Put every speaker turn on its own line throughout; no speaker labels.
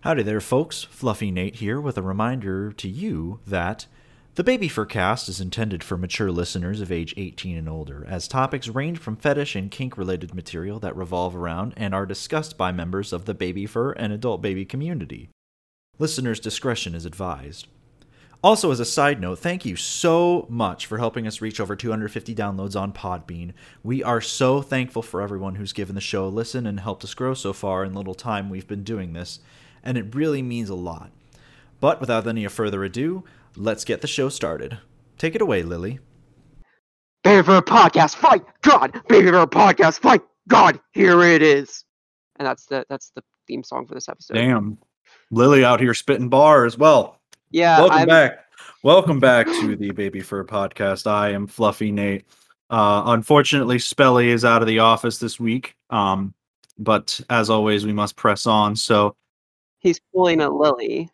Howdy there, folks. Fluffy Nate here with a reminder to you that the Baby Fur Cast is intended for mature listeners of age 18 and older, as topics range from fetish and kink related material that revolve around and are discussed by members of the baby fur and adult baby community. Listeners' discretion is advised. Also, as a side note, thank you so much for helping us reach over 250 downloads on Podbean. We are so thankful for everyone who's given the show a listen and helped us grow so far in the little time we've been doing this, and it really means a lot. But without any further ado, let's get the show started. Take it away, Lily.
Baby Beaver Podcast Fight God! Baby Beaver Podcast Fight God! Here it is. And that's the that's the theme song for this episode.
Damn. Lily out here spitting bar as well.
Yeah,
Welcome
I'm-
back. Welcome back to the Baby Fur Podcast. I am Fluffy Nate. Uh, unfortunately, Spelly is out of the office this week. Um, but as always, we must press on. So,
he's pulling a lily.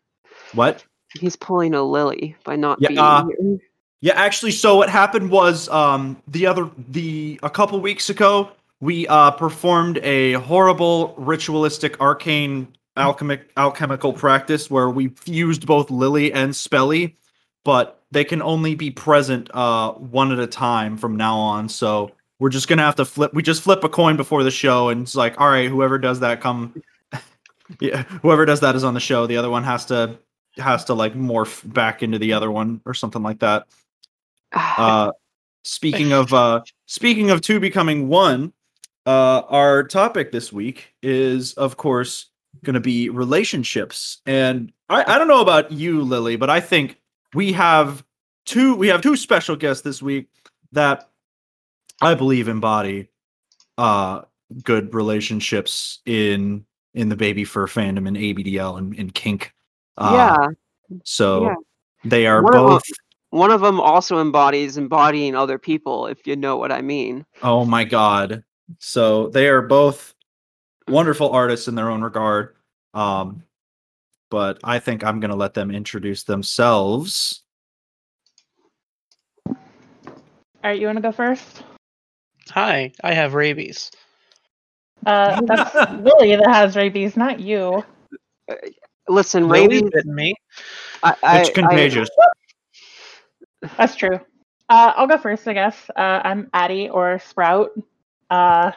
what?
He's pulling a lily by not
Yeah,
being
uh,
here.
Yeah, actually, so what happened was um, the other the a couple weeks ago we uh, performed a horrible ritualistic arcane alchemic alchemical practice where we fused both Lily and Spelly, but they can only be present uh, one at a time from now on. So we're just gonna have to flip. We just flip a coin before the show, and it's like, all right, whoever does that come, yeah, whoever does that is on the show. The other one has to has to like morph back into the other one or something like that. Uh, speaking of uh, speaking of two becoming one, uh, our topic this week is, of course, going to be relationships. And I, I don't know about you, Lily, but I think we have two we have two special guests this week that I believe embody uh, good relationships in in the baby fur fandom and ABDL and, and kink. Uh,
yeah.
So
yeah.
they are
One of 'em-
both.
One of them also embodies embodying other people, if you know what I mean.
Oh my god. So they are both wonderful artists in their own regard. Um but I think I'm going to let them introduce themselves.
All right, you want to go first?
Hi, I have rabies.
Uh, that's Lily that has rabies, not you.
Listen,
Rabies
Raven,
bit me.
I, I,
it's
I-
contagious.
That's true. Uh, I'll go first, I guess. Uh, I'm Addie or Sprout. Uh,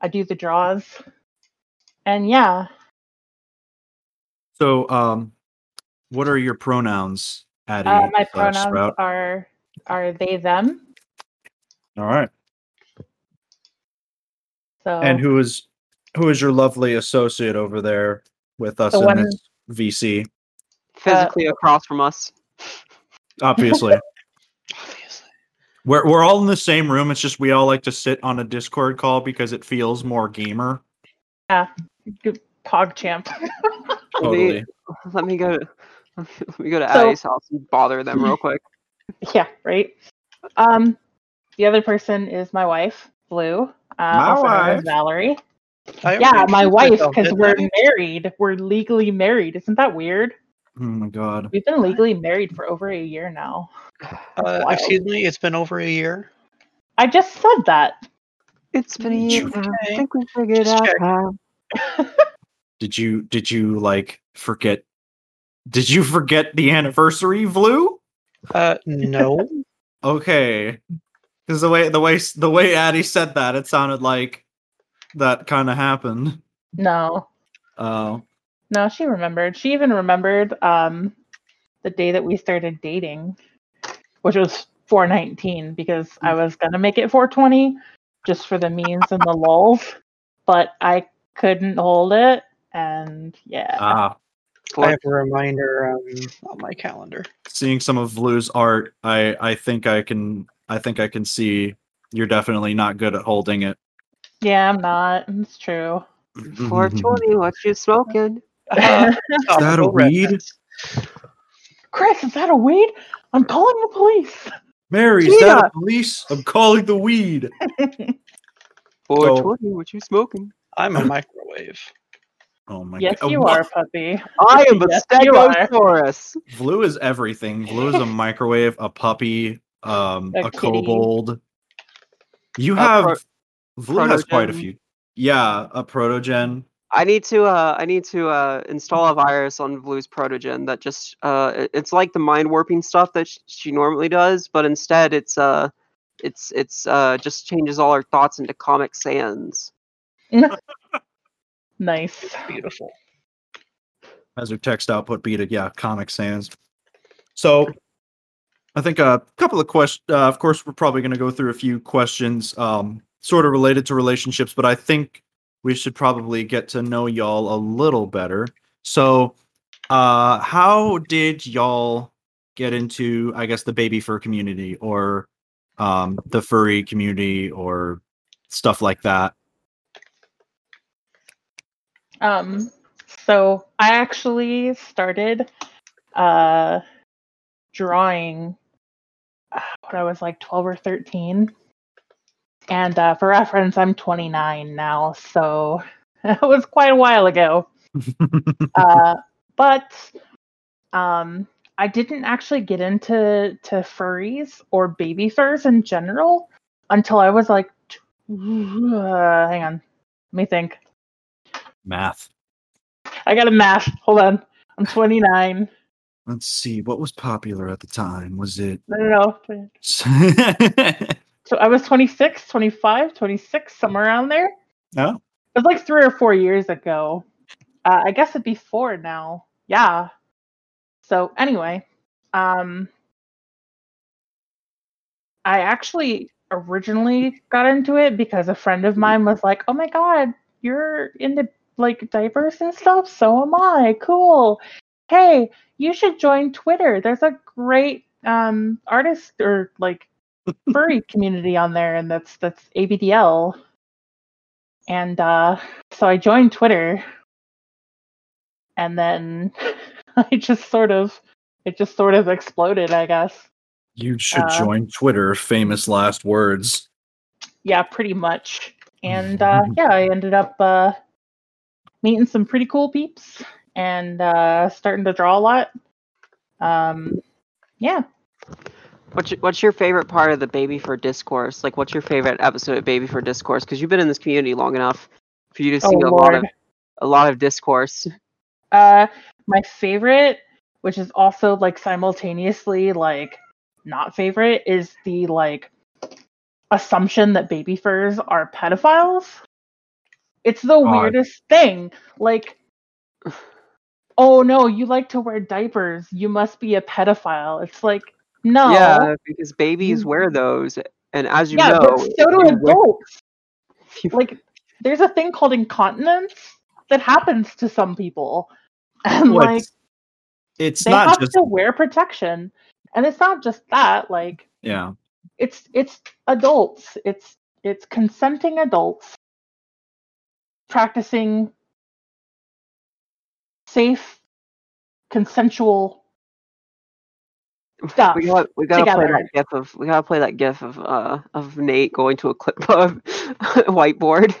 I do the draws. And yeah,
so um what are your pronouns, Addie?
uh, my
slash
pronouns
Sprout?
are are they them.
All right.
So
And who is who is your lovely associate over there with us
The
in
one-
this VC?
physically across from us.
Obviously.
Obviously.
we're we're all in the same room. It's just we all like to sit on a Discord call because it feels more gamer.
PogChamp?
Let me-
Totally.
Let me go to let me go to
So-
Addie's house and bother them real quick.
yeah, right. Um, the other person is my wife, Blue. Uh,
My
also known as
wife.
Valerie.
I
Yeah,
already
my
introduced
wife,
myself,
because
didn't
we're
I?
married. We're legally married. Isn't that weird?
Oh my god.
We've been legally married for over a year now.
Uh,
wild.
excuse me, it's been over a year.
I just said that.
It's been a year.
Juke.
now. I think we figured
Just
out
check.
how.
Did you did you like forget did you forget the anniversary, Vlu?
Uh, no.
Okay. Cuz the way the way the way Addie said that, it sounded like that kind of happened.
No,
Oh.
no, she remembered. She even remembered um, the day that we started dating, which was 419 because I
Mm.
was gonna make it 420 just for the memes and the lulls, but I couldn't hold it, and yeah,
ah,
I have a reminder um, on my calendar.
seeing some of Vlu's art, I I think I can I think I can see you're definitely not good at holding it.
yeah, I'm not. It's true.
420, what you smoking?
Uh,
that a
topical
weed?
redness.
Chris, is that a weed? I'm calling the police.
Mary, is that a police? I'm calling the weed.
420, what you smoking?
I'm a microwave.
Oh my
yes,
god.
you
What?
are, puppy.
I am a
Yes, you are.
stegosaurus.
Blue is everything. Blue is a microwave, a puppy, um,
A
a,
kitty.
kobold. You
A
have
pro-
Blue has quite a
protogen.
few. Yeah, a protogen.
I need to uh, I need to uh, install a virus on Blue's protogen that just uh, it- it's like the mind warping stuff that sh- she normally does, but instead it's uh it's it's uh just changes all her thoughts into comic sans.
Nice.
Beautiful.
as her text output beat it. Yeah, Comic Sans. So I think a couple of questions. Uh, of course, we're probably going to go through a few questions um, sort of related to relationships, but I think we should probably get to know y'all a little better. So, uh, how did y'all get into, I guess, the baby fur community or um, the furry community or stuff like that?
Um, so I actually started uh, drawing uh, when I was like 12 or 13. And uh, for reference, I'm 29 now, so it was quite a while ago. uh, but um, I didn't actually get into to furries or baby furs in general until I was like, tw- uh, hang on, let me think.
Math.
I got a math. Hold on. I'm 29.
Let's see. What was popular at the time? Was it
No, no, no.
oh,
So I was 26, 25, 26, somewhere around there.
Oh.
It was like three or four years ago. Uh, I guess it'd be four now. Yeah. So anyway, um, I actually originally got into it because a friend of mine was like, "Oh my god, you're into like diapers and stuff. So am I. Cool. Hey, you should join Twitter. There's a great um artist or like furry community on there, and that's that's ABDL." and uh, so I joined Twitter, and then I just sort of, it just sort of exploded, I guess.
you should
Uh,
join Twitter. Famous last words.
Yeah, pretty much. And uh,
Mm-hmm.
yeah, I ended up uh, meeting some pretty cool peeps and uh, starting to draw a lot. Um, yeah,
What's your, what's your favorite part of the Baby for Discourse? Like, what's your favorite episode of Baby for Discourse? Because you've been in this community long enough for you to see
Oh,
a lot
Lord.
of a lot of discourse.
Uh, my favorite, which is also like simultaneously like not favorite, is the like assumption that baby furs are pedophiles. It's the
God.
weirdest thing. Like, oh no, you like to wear diapers. You must be a pedophile. It's like no,
Yeah, because babies wear those, and as you
Oh. Mm-hmm. yeah,
know,
but so do
if you wear-
adults.
if you-
Like, there's a thing called incontinence that happens to some people, and
Well,
like.
it's- it's
they
not
have
just
to wear protection and it's not just that like
yeah.
it's it's adults it's it's consenting adults practicing safe consensual stuff
we got we gotta play
together.
that gif of we gotta play that gif of uh of Nate going to a clip of whiteboard.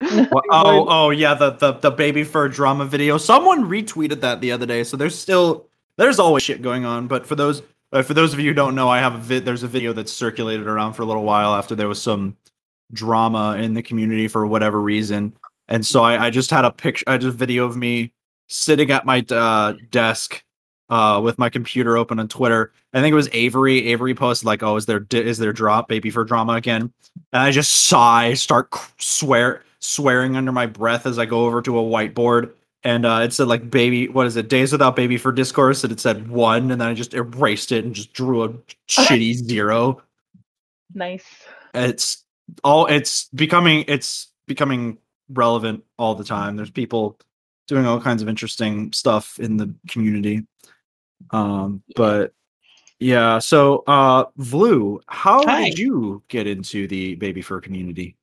Wha- oh, oh yeah, the, the the baby fur drama video. Someone retweeted that the other day. So there's still there's always shit going on. But for those uh, for those of you who don't know, I have a vid. There's a video that's circulated around for a little while after there was some drama in the community for whatever reason. And so I, I just had a picture, I just video of me sitting at my uh, desk uh, with my computer open on Twitter. I think it was Avery. Avery posted like, "Oh, is there di- is there drop baby for drama again?" And I just sigh, start c- swear swearing under my breath as I go over to a whiteboard. And uh, it said like baby, what is it? Days without baby for discourse. And it said one, and then I just erased it and just drew a shitty zero
nice
it's all it's becoming it's becoming relevant all the time there's people doing all kinds of interesting stuff in the community um but yeah so uh vlu how
Hi.
did you get into the baby fur community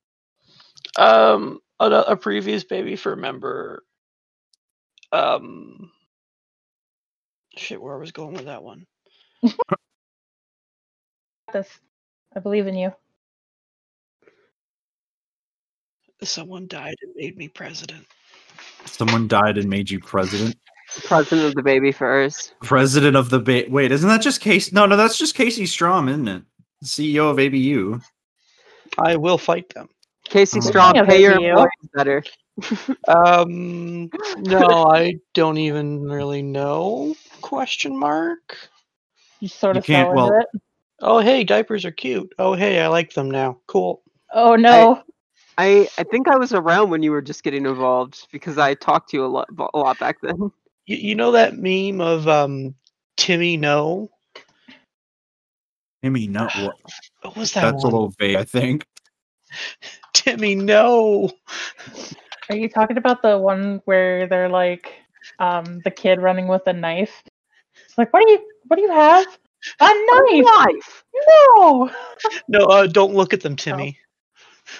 Um, a, a previous baby for member. Um, shit, where I was going with that one?
this i believe in you
Someone died and made me president.
someone died and made you president
President of the baby furs.
president of the ba- wait isn't that just casey no no that's just casey strom isn't it ceo of abu
I will fight them.
Casey
Oh.
Straw,
Speaking of
pay your
ABU.
employees better.
Um, no, I don't even really know. Question mark.
You sort
You
of
can't-
fell
well-
into it.
Oh hey, diapers are cute. Oh hey, I like them now. Cool.
Oh no.
I, I think I was around when you were just getting involved because I talked to you a lot, a lot back then.
You, you know that meme of um Timmy No?
I mean, not what.
What was that?
That's a
one?
little vague, I think.
Timmy No.
Are you talking about the one where they're like um the kid running with a knife? It's like, what do you what do you have? A knife.
Life.
Oh,
No.
No, uh, don't look at them, Timmy.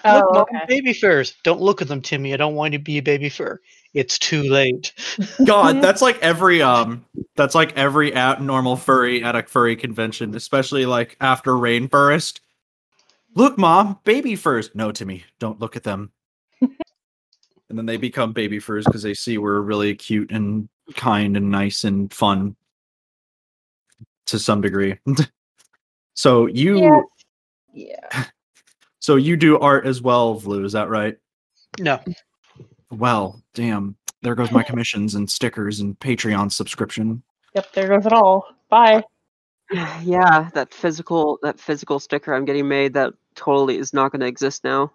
Oh,
look, Mom,
okay.
baby furs. Don't look at them, Timmy. I don't want you to be a baby fur. It's too late.
God, that's like every um, that's like every at normal furry at a furry convention, especially like after rainforest. Look, mom, baby furs. No, Timmy, don't look at them. and then they become baby furs because they see we're really cute and kind and nice and fun to some degree. so you,
Yeah. Yeah.
so you do art as well, Vlu. Is that right?
No.
Well, damn. There goes my commissions and stickers and Patreon subscription.
Yep, there goes it all. Bye.
Yeah, that physical that physical sticker I'm getting made that totally is not going to exist now.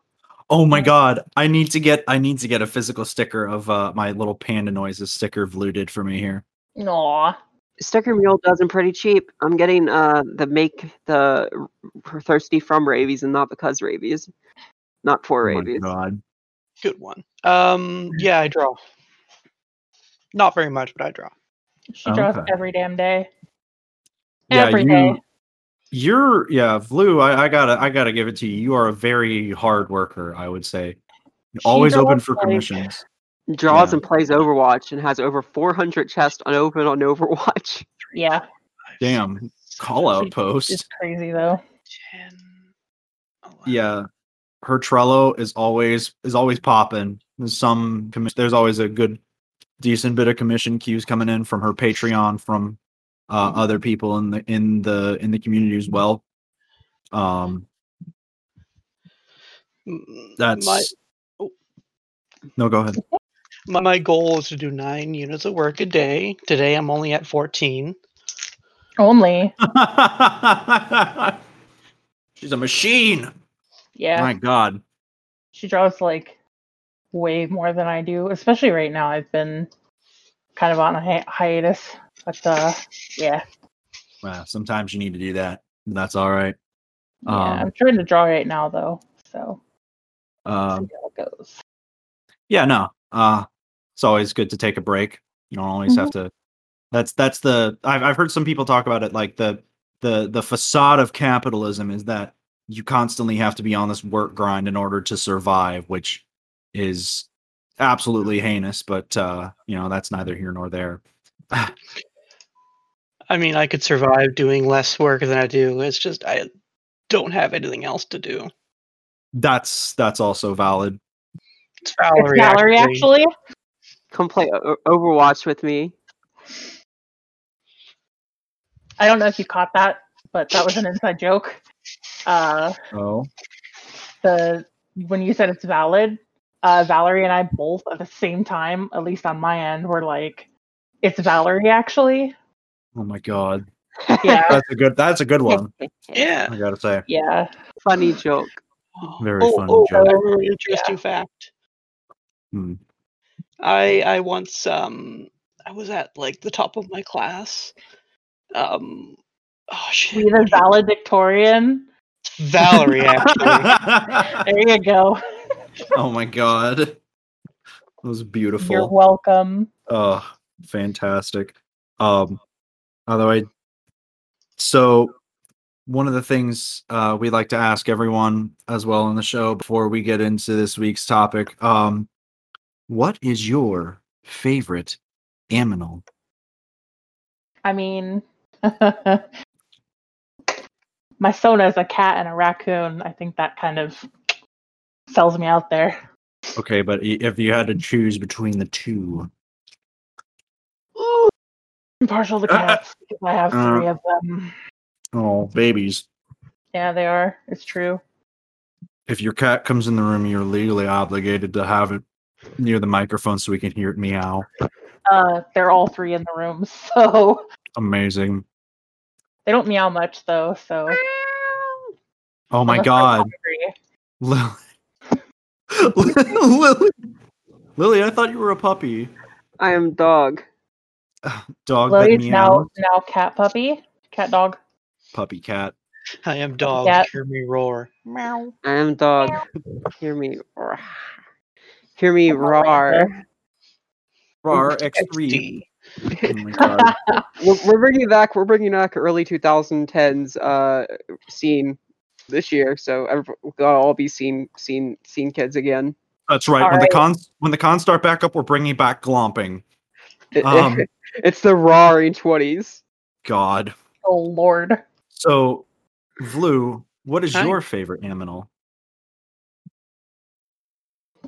Oh
Mm.
my god, I need to get I need to get a physical sticker of uh, my little panda noises sticker vluted for me here.
Aw.
Sticker Mule does them pretty cheap. I'm getting uh the make the r- r- thirsty from rabies and not because rabies, not for
oh my
rabies.
god.
Good one. Um, yeah, I draw. Not very much, but I draw.
She draws
Okay.
every damn day.
Yeah,
Every
you
day.
you're yeah, Vlu, I, I gotta I gotta give it to you. You are a very hard worker, I would say. Always open
draws,
for
like-
commissions.
Draws
Yeah.
and plays Overwatch and has over 400 chests unopened on Overwatch.
Yeah.
Damn. Call out
She- It's
post.
crazy though.
10, 11.
Yeah. Her Trello is always is always popping. There's some commission there's always a good decent bit of commission queues coming in from her Patreon from uh, other people in the in the in the community as well. Um
M-
that's
my, oh.
No, go ahead.
my my goal is to do nine units of work a day. Today I'm only at fourteen.
Only.
She's a machine.
Yeah.
My god.
she draws like way more than I do, especially right now. I've been kind of on a hi- hiatus, but uh, yeah,
Wow, sometimes you need to do that. That's all right.
yeah.
Um,
I'm trying to draw right now though, so
Um
see how it goes.
yeah no uh it's always good to take a break you don't always have to that's that's the I've, I've heard some people talk about it like the the the facade of capitalism is that you constantly have to be on this work grind in order to survive which is absolutely heinous but uh you know that's neither here nor there
I mean, I could survive doing less work than I do. It's just I don't have anything else to do.
that's that's also valid
It's
It's
Valerie.
Valerie,
actually.
actually.
Come play uh, o- O- Overwatch with me.
I don't know if you caught that, but that was an inside joke. Uh,
oh
the when you said it's valid, uh, Valerie and I both at the same time, at least on my end, were like, "It's Valerie actually."
oh my god
Yeah,
that's a good that's a good one
Yeah.
i gotta say
yeah.
Funny joke.
Very
oh,
funny
oh,
joke.
a really interesting fact.
Hmm.
I I once um I was at like the top of my class. Um oh shit.
We the
what do you-
valedictorian.
Valerie actually.
There you go.
oh my god that was beautiful
You're welcome.
Oh, fantastic. Um, by the way, so one of the things uh, we like to ask everyone as well on the show before we get into this week's topic um, what is your favorite aminal?
I mean, my son is a cat and a raccoon. I think that kind of sells me out there.
Okay, but i- if you had to choose between the two,
Ooh, I'm partial to cats because I have
Ah, Uh.
three of them.
oh, babies.
Yeah, they are. It's true.
If your cat comes in the room, you're legally obligated to have it. near the microphone so we can hear it meow.
Uh, they're all three in the room, so
Amazing.
they don't meow much though. So
Oh my
Unless they're
god.
hungry.
Lily. Lily. Lily, I thought you were a puppy.
I am dog.
Dog that
Lily's
meows.
now now cat puppy, cat dog.
Puppy cat.
I am dog.
That-
Hear me roar. Meow.
I am dog. Hear me. roar. Hear me roar.
Rar X3.
XD.
Oh my god.
We're, we're bringing back. We're bringing back early 2010s uh scene this year. So every- we gotta all be scene scene scene kids again.
That's right.
All
when
right.
the cons when the cons start back up, we're bringing back glomping.
It-
Um.
it's the roaring 20s.
God.
Oh lord.
So, Vlu, what is
Hi.
your favorite animal?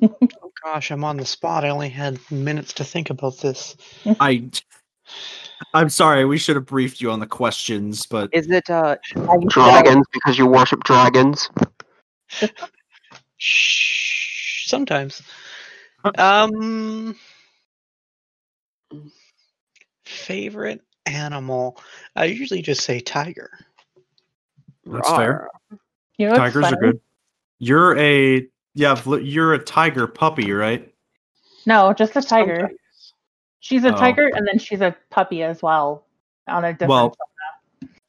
Oh gosh, I'm on the spot. I only had minutes to think about this.
I. I'm sorry. We should have briefed you on the questions, but
Is it uh
Dragons,
because you worship dragons?
Shh. Sometimes.
Huh.
Um. Favorite animal? I usually just say tiger.
That's fair.
You know what's
tigers are
funny?
good. You're a yeah. Vlu, you're a tiger puppy, right?
No, just a tiger. She's a
Oh.
tiger, and then she's a puppy as well. On a different.
Well,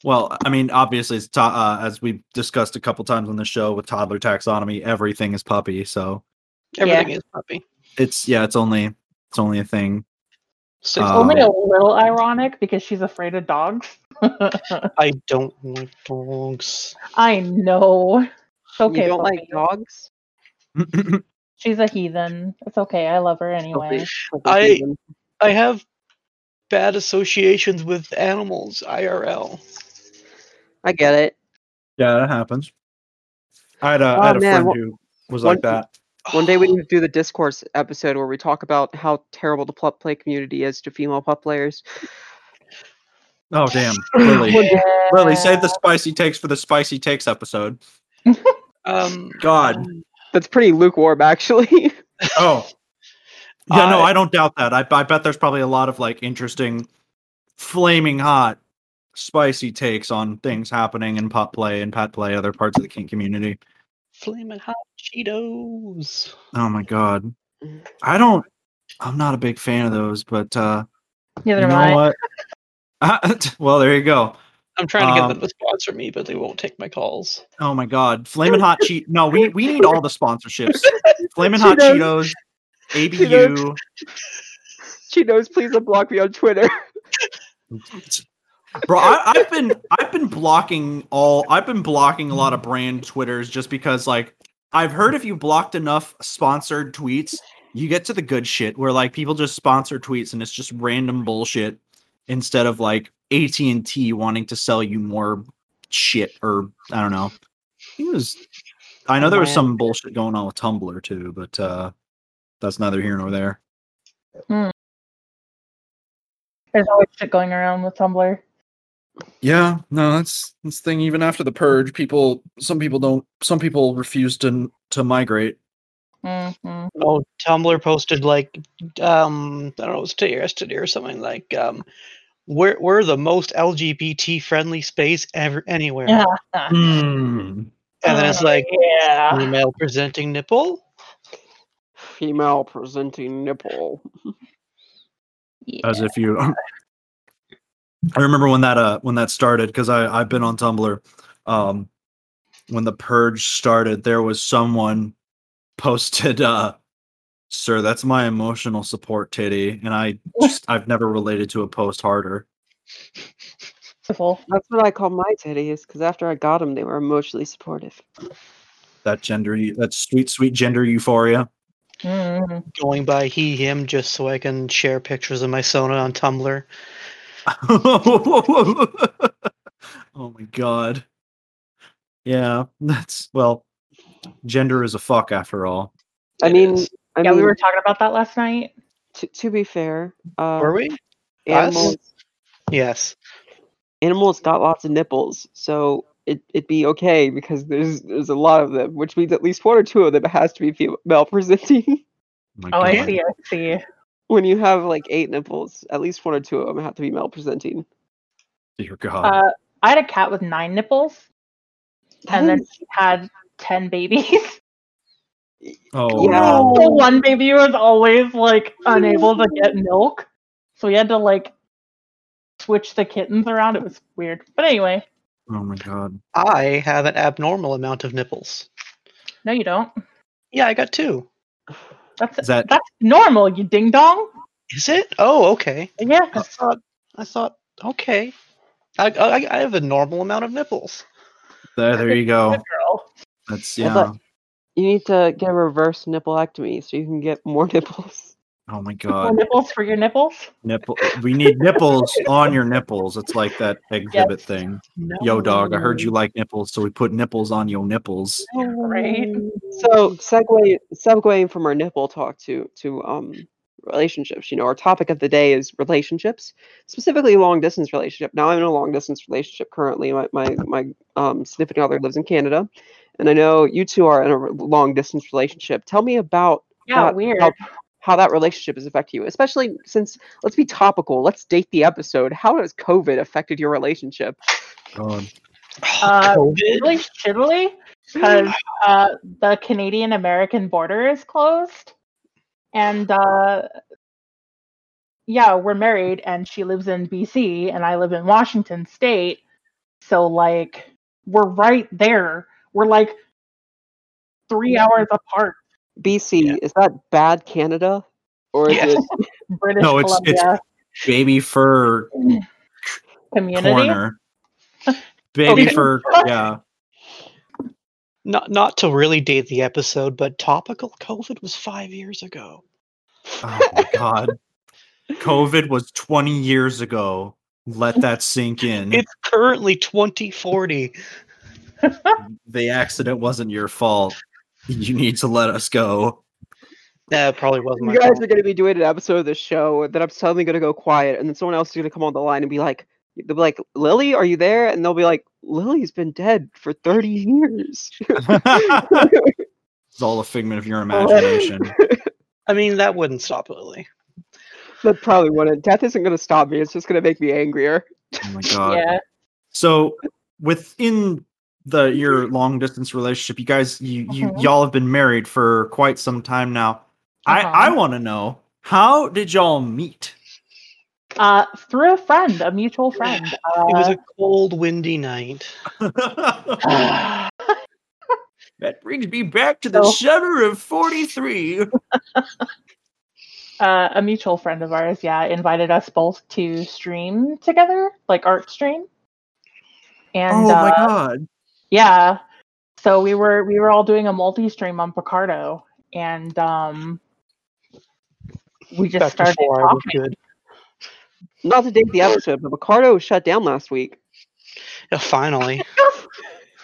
Well, I mean, obviously, it's to- uh, as we discussed a couple times on the show with toddler taxonomy, everything is puppy. So
Everything is puppy.
it's yeah, it's only it's only a thing.
Six
Uh,
only
only
a little ironic because she's afraid of dogs.
I don't like dogs.
I know. It's okay.
you don't like
Sophie.
dogs?
She's a heathen. It's okay. I love her anyway.
I- I have bad associations with animals IRL.
I get it.
yeah, that happens. I had a,
Oh,
I had a
man,
friend
what-
who was
one-
like that.
One day we need to do the discourse episode where we talk about how terrible the pup play community is to female pup players.
Oh damn, Lily. Lily, save the spicy takes for the spicy takes episode.
Um,
God.
That's pretty lukewarm, actually.
Oh. Yeah, no,
I-
I don't doubt that. I, I bet there's probably a lot of like interesting, flaming hot, spicy takes on things happening in pop play and pat play, other parts of the kink community.
flaming hot Cheetos.
Oh my god.
Mm-hmm.
I don't I'm not a big fan of those, but uh
Neither
you
am
know
I.
what? well, there you go.
I'm trying to get
Um,
them to sponsor me, but they won't take my calls.
Oh my god. Flamin' hot cheat no, we we need all the sponsorships. Flamin' hot Cheetos,
Cheetos.
ABU.
she knows. Please unblock me on Twitter.
Bro, I, I've been I've been blocking all I've been blocking a lot of brand Twitters just because like I've heard if you blocked enough sponsored tweets, you get to the good shit where like people just sponsor tweets and it's just random bullshit instead of like AT and T wanting to sell you more shit or I don't know. I think It was I know there was some bullshit going on with Tumblr too, but uh that's neither here nor there.
There's always shit going around with Tumblr.
Yeah, no, that's that's the thing. Even after the purge, people, some people don't, some people refuse to to migrate.
hmm
Oh, Tumblr posted like, um, I don't know, it was today or yesterday or something like, um, we're we're the most LGBT friendly space ever anywhere.
Yeah.
Hmm,
And then it's like
yeah.
female presenting nipple.
Female presenting nipple.
As if you, I remember when that uh when that started because I I've been on Tumblr, um, when the purge started, there was someone posted uh, sir, that's my emotional support titty, and I just I've never related to a post harder.
Beautiful.
That's what I call my titties because after I got them, they were emotionally supportive.
That gender, that sweet sweet gender euphoria.
Mhm.
Going by he him just so I can share pictures of my Sona on Tumblr.
oh my god. Yeah, that's well, gender is a fuck after all.
I
It
mean,
is.
I
Yeah,
mean,
we were talking about that last night.
t- to be fair, uh,
were we? Us?
animals
Yes.
animals got lots of nipples, so it it'd be okay because there's there's a lot of them, which means at least one or two of them has to be female presenting.
My
Oh, I
God.
see. I see.
When you have like eight nipples, at least one or two of them have to be male presenting.
Dear God.
Uh, I had a cat with nine nipples, and then she had ten babies.
oh,
yeah.
no.
the one baby was always like unable to get milk, so we had to like switch the kittens around. It was weird, but anyway,
Oh, my God.
I have an abnormal amount of nipples.
no, you don't.
Yeah, I got two.
That's
Is that
that's normal. You ding dong.
Is it? Oh, okay. I
Yeah.
thought. I thought. Okay. I I, I have a normal amount of nipples.
there? There you go.
Good girl.
That's
Well,
yeah.
You need to get a reverse nippleectomy so you can get more nipples.
Oh my
More
god.
nipples for your nipples.
Nipple. We need nipples on your nipples. It's like that exhibit thing. Yo, dog. I heard you like nipples, so we put nipples on yo nipples.
Right.
So segue segueing from our nipple talk to to um relationships. You know, our topic of the day is relationships, specifically long distance relationship. Now I'm in a long distance relationship currently. My my my um, significant other lives in Canada, and I know you two are in a re- long distance relationship. Tell me about
Yeah.
Uh,
That-
weird.
oh.
how, how that relationship has affected you, especially since let's be topical. Let's date the episode. How has COVID affected your relationship?
God.
Uh,
Oh, COVID?
really shittily because uh, the Canadian American border is closed, and uh, yeah, we're married, and she lives in BC, and I live in Washington State, so like we're right there. We're like three hours apart.
BC
Yeah.
is that bad Canada, or is
Yeah.
it
British
No, it's- it's-
Columbia
Baby fur
community.
corner. Baby
Okay.
fur. Yeah.
Not not to really date the episode, but topical COVID was five years ago.
Oh my god. COVID was 20 years ago. Let that sink
Mm.
in.
It's currently 2040.
the accident wasn't your fault. You need to let us go.
That probably wasn't my
You guys
fault.
are going to be doing an episode of this show that I'm suddenly going to go quiet, and then someone else is going to come on the line and be like, "They'll be like, Lily, are you there?" And they'll be like, "Lily's been dead for 30 years."
it's all a figment of your imagination.
I mean, that wouldn't stop Lily.
that probably wouldn't. Death isn't going to stop me. It's just going to make me angrier.
Oh my god.
Yeah,
So within the your long distance relationship, you guys you, you
Mhm.
y'all have been married for quite some time now.
Uh-huh.
I I want to know how did y'all meet?
uh, through a friend, a mutual friend. Uh,
It was a cold, windy night.
that brings me back to the
So-
summer of 43.
uh, a mutual friend of ours, yeah, invited us both to stream together, like art stream. And
oh my
uh,
god.
yeah, so we were we were all doing a multi-stream on Picardo, and um, we just
Back
started
before I was
talking.
good.
Not to date the episode, but Ricardo was shut down last week.
Yeah, finally.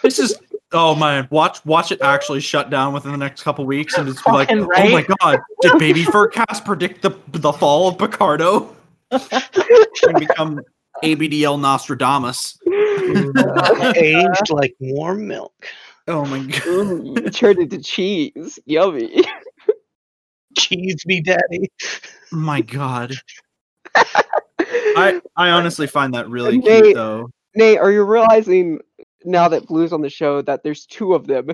This is oh man, watch watch it actually shut down within the next couple weeks and it's be like,
Fucking
oh my
right.
god, did baby fur cast predict the the fall of Picardo? and become ABDL Nostradamus.
Aged like warm milk.
Oh my god.
Mm, turned into cheese. Yummy.
Cheese me, daddy.
My god. I I honestly find that really
Nate.
cute though.
Nate, are you realizing now that Blue's on the show that there's two of them?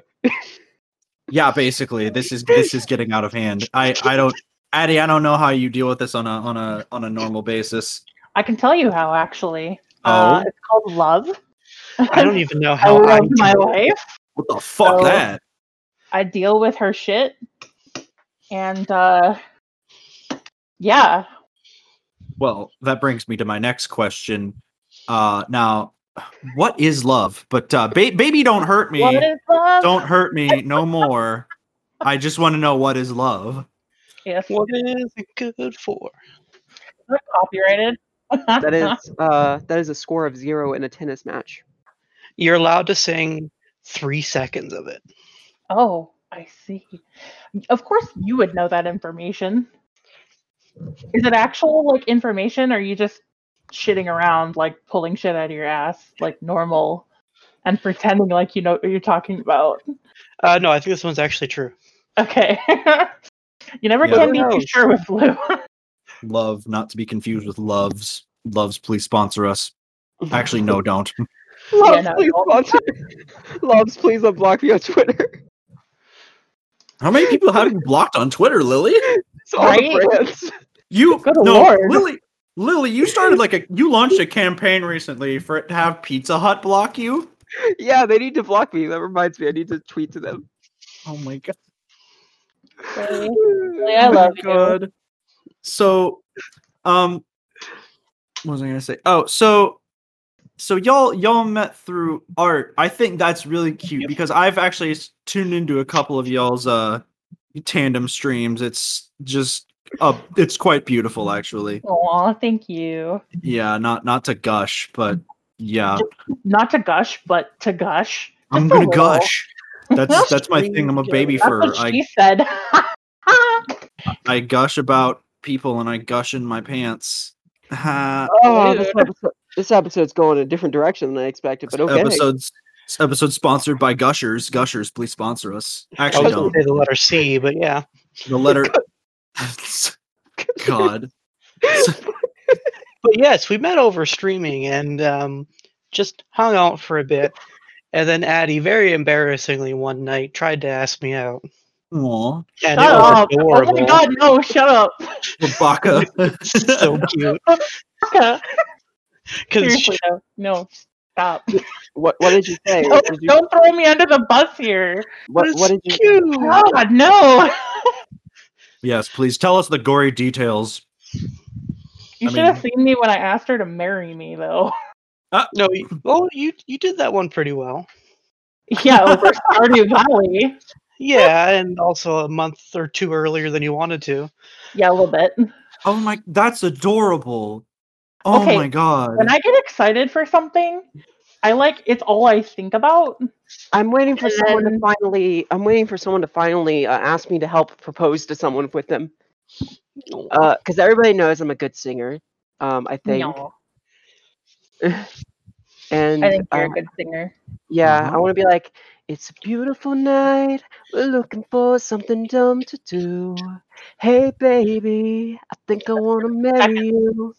Yeah, basically this is this is getting out of hand. I I don't Addy, I don't know how you deal with this on a on a on a normal basis.
I can tell you how actually.
Oh,
Uh, it's called love.
I don't even know
I
how I.
love my wife.
what the fuck
so-
that?
I deal with her shit. And uh yeah.
Well, that brings me to my next question. Uh now what is love? But uh ba- baby don't hurt me.
What is love?
Don't hurt me no more. I just want to know what is love.
yes,
What is it good for?
it's copyrighted.
That is uh that is a score of zero in a tennis match.
You're allowed to sing three seconds of it.
Oh, I see. Of course you would know that information. Is it actual like information or are you just shitting around like pulling shit out of your ass like normal and pretending like you know what you're talking about?
Uh, no, I think this one's actually true.
Okay. You never
Yeah.
can
Who
be too
knows?
sure with Blue.
Love, not to be confused with loves. Loves, please sponsor us. Actually, no, don't.
Loves,
Yeah, no,
please sponsor. Loves, please unblock me on Twitter.
How many people have you blocked on Twitter, Lily?
It's all the
Right?
brands.
You
Good
no,
lord.
Lily. Lily, you started like a you launched a campaign recently for it to have Pizza Hut block you.
Yeah, they need to block me. That reminds me, I need to tweet to them.
Oh my god.
Really? I love you.
So, um, what was I gonna say? Oh, so, so y'all y'all met through art. I think that's really cute because I've actually s- tuned into a couple of y'all's uh tandem streams. It's just uh, it's quite beautiful actually.
Aw, thank you.
Yeah, not not to gush, but yeah,
Not to gush, but to gush.
I'm
Just a
gonna
little.
gush. That's that's my thing. I'm a baby
That's
fur.
what
I
she said.
I gush about people and I gush in my pants. Ha.
Oh, this,
Dude.
episode, this episode's going a different direction than I expected, but okay.
episodes this episode sponsored by Gushers. Gushers, please sponsor us.
I
Actually,
was
Oh,
don't.
gonna say the letter C, but yeah.
The letter. God.
But yes, we met over streaming and um, just hung out for a bit. And then Addie, very embarrassingly, one night tried to ask me out.
Aw.
Shut
And it was
up.
adorable.
Oh my god, no, shut up.
Babaka.
so cute. Because
Seriously, no, no, stop.
What what did you say?
Don't,
Did you-
don't throw me under the bus here.
what, what did you
cute.
God, no.
yes, please tell us the gory details.
You
I
should have
mean-
seen me when I asked her to marry me, though.
No, you- well, you you did that one pretty well.
Yeah, over Stardew Valley.
Yeah, and also a month or two earlier than you wanted to.
Yeah, a little bit.
Oh my, that's adorable. Oh
Okay,
my god.
When I get excited for something, I like it's all I think about.
I'm waiting for
And
someone to
then-
finally. I'm waiting for someone to finally uh, ask me to help propose to someone with them. Because everybody knows I'm a good singer. Um, I think.
No,
And
I think you're
uh,
a good singer.
yeah, I
Mhm.
want to be like, it's a beautiful night. We're looking for something dumb to do. Hey, baby, I think I want to marry you.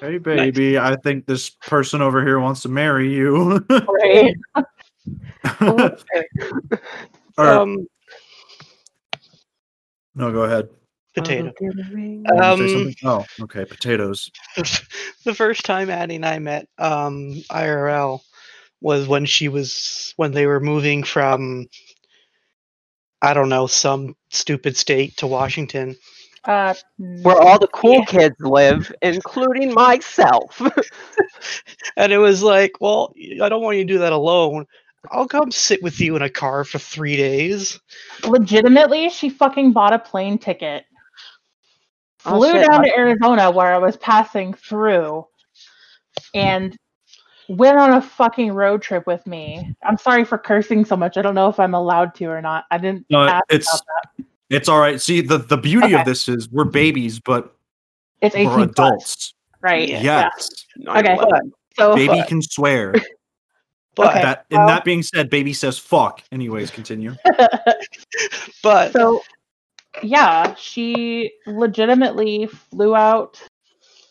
hey, baby, I think this person over here wants to marry you.
Right?
Or-
um,
no, go ahead.
potato.
I'll give a ring.
You wanna say
Um,
something? oh, okay, potatoes.
the first time Addie and I met um, IRL was when she was when they were moving from I don't know some stupid state to Washington.
Uh,
Where all the cool kids live, including myself.
And it was like, well, I don't want you to do that alone. I'll come sit with you in a car for three days.
legitimately, she fucking bought a plane ticket,
Oh,
flew
shit,
down
my-
to Arizona where I was passing through, and went on a fucking road trip with me. I'm sorry for cursing so much. I don't know if I'm allowed to or not. I didn't.
No,
ask
it's
about that.
it's all right. See, the the beauty
Okay.
of this is we're babies, but
it's 18
we're
plus,
adults.
right?
Yeah.
Yes,
Okay. So
baby can swear.
But
Okay.
That and
well-
that being said, baby says fuck. Anyways, continue.
but
so yeah she legitimately flew out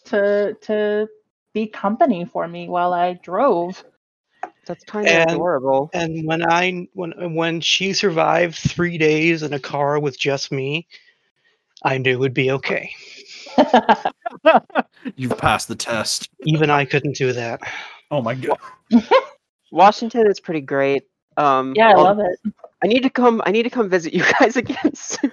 to to be company for me while i drove
That's kind of
And-
adorable.
and when I when when she survived three days in a car with just me, I knew it would be okay.
You've passed the test.
Even I couldn't do that.
Oh my god.
Washington is pretty great. Um,
yeah i
I'll-
love it
I need to come. I need to come visit you guys again soon.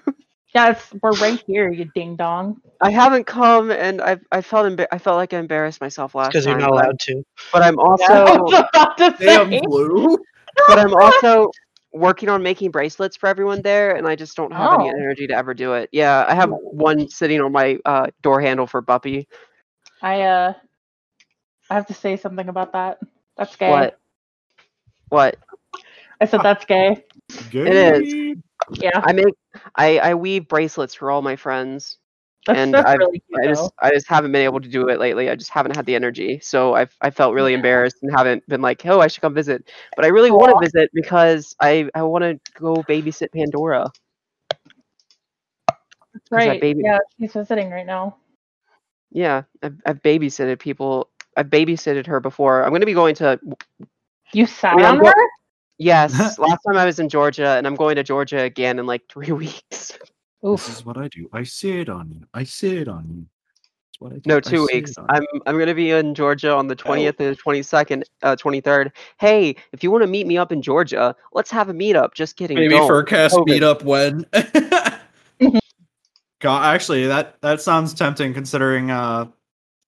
yeah it's, we're right here you ding dong
I haven't come, and I I felt embar- I felt like I embarrassed myself last
Because
time.
you're not
but-
allowed to.
But I'm
I
also
was about to say.
blue.
but I'm also working on making bracelets for everyone there, and I just don't have any
Oh.
energy to ever do it. Yeah, I have one sitting on my uh, door handle for Buppy.
i uh i have to say something about that that's gay
What? What?
i said that's gay
It
is.
yeah
I make I I weave bracelets for all my friends.
that's,
And
that's
I've-
really cute
I just
though.
I just haven't been able to do it lately. I just haven't had the energy. So I've I felt really embarrassed and haven't been like, oh, I should come visit. But I really want
Aw.
to visit because I I want to go babysit Pandora. 'Cause I
Right.
baby-
Yeah, she's visiting right now.
Yeah, I've, I've babysitted people. I've babysitted her before. I'm going to be going to
You sat
mean,
on
I'm go-
her?
yes. last time I was in Georgia, and I'm going to Georgia again in like three weeks.
Oof.
This is what I do. I sit on you. I sit on you. That's what I do.
No,
I
two
sit
weeks.
on you.
I'm I'm gonna be in Georgia
Oh.
on the twentieth and the twenty second, uh, twenty third. Hey, if you want to meet me up in Georgia, let's have a meetup. Just kidding.
Maybe
don't.
for a cast
COVID.
meetup when. God, actually, that that sounds tempting considering uh,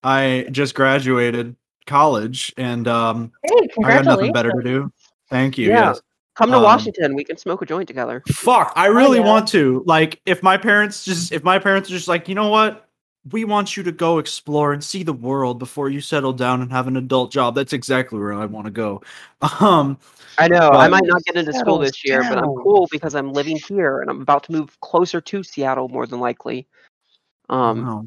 I just graduated college and um,
Hey, congratulations.
I got nothing better to do. Thank you.
Yeah.
Yes.
Come to
um,
Washington. We can smoke a joint together.
Fuck, I really
yeah.
want to. Like, if my parents just, if my parents are just like, you know what, we want you to go explore and see the world before you settle down and have an adult job. That's exactly where I want to go. Um,
I know. I
but-
might not get into school
Settles
this year, but I'm
down.
cool because I'm living here and I'm about to move closer to Seattle more than likely. Um,
wow.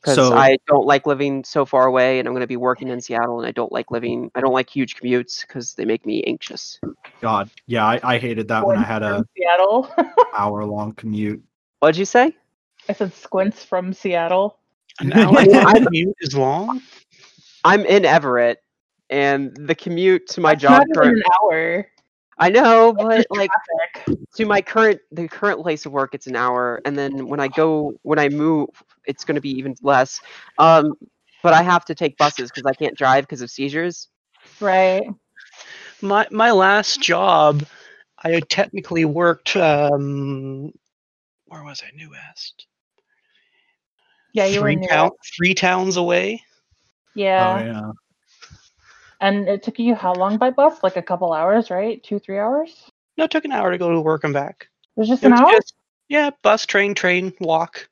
because
so
I don't like living so far away, and I'm going to be working in Seattle, and I don't like living. I don't like huge commutes because they make me anxious.
God, yeah, I, I hated that when I had a
From Seattle.
hour long commute.
What'd you say?
I said squints from Seattle.
An hour
I mean, I-
commute is long.
I'm in Everett, and the commute to my
That's
job.
not even
Current,
an hour.
I know, but
There's
like
traffic.
to my current the current place of work, it's an hour, and then when I go when I move, it's going to be even less. Um, but I have to take buses because I can't drive because of seizures.
Right.
My my last job, I had technically worked. Um, where was I? New West.
Yeah, you were
three
in New
town,
York.
three towns away.
Yeah.
Oh yeah.
And it took you how long by bus? Like a couple hours, right? Two, three hours?
No, it took an hour to go to work and back.
It was just
It
an
was
hour?
just- yeah, bus, train, train, walk.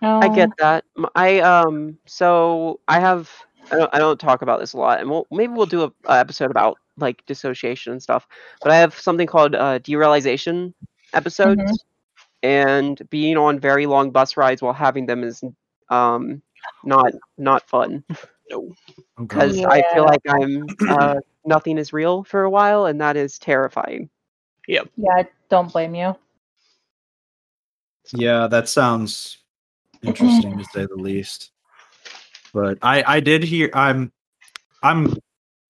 I
Oh,
get that. M- I um so I have I don't, I don't talk about this a lot, and we'll maybe we'll do a, a episode about like dissociation and stuff. But I have something called uh, derealization episodes, and being on very long bus rides while having them is um not not fun
Oh, God.
because I feel like I'm uh, nothing is real for a while, and that is terrifying.
Yeah, I don't blame you.
Yeah, that sounds interesting to say the least. But I I did hear I'm I'm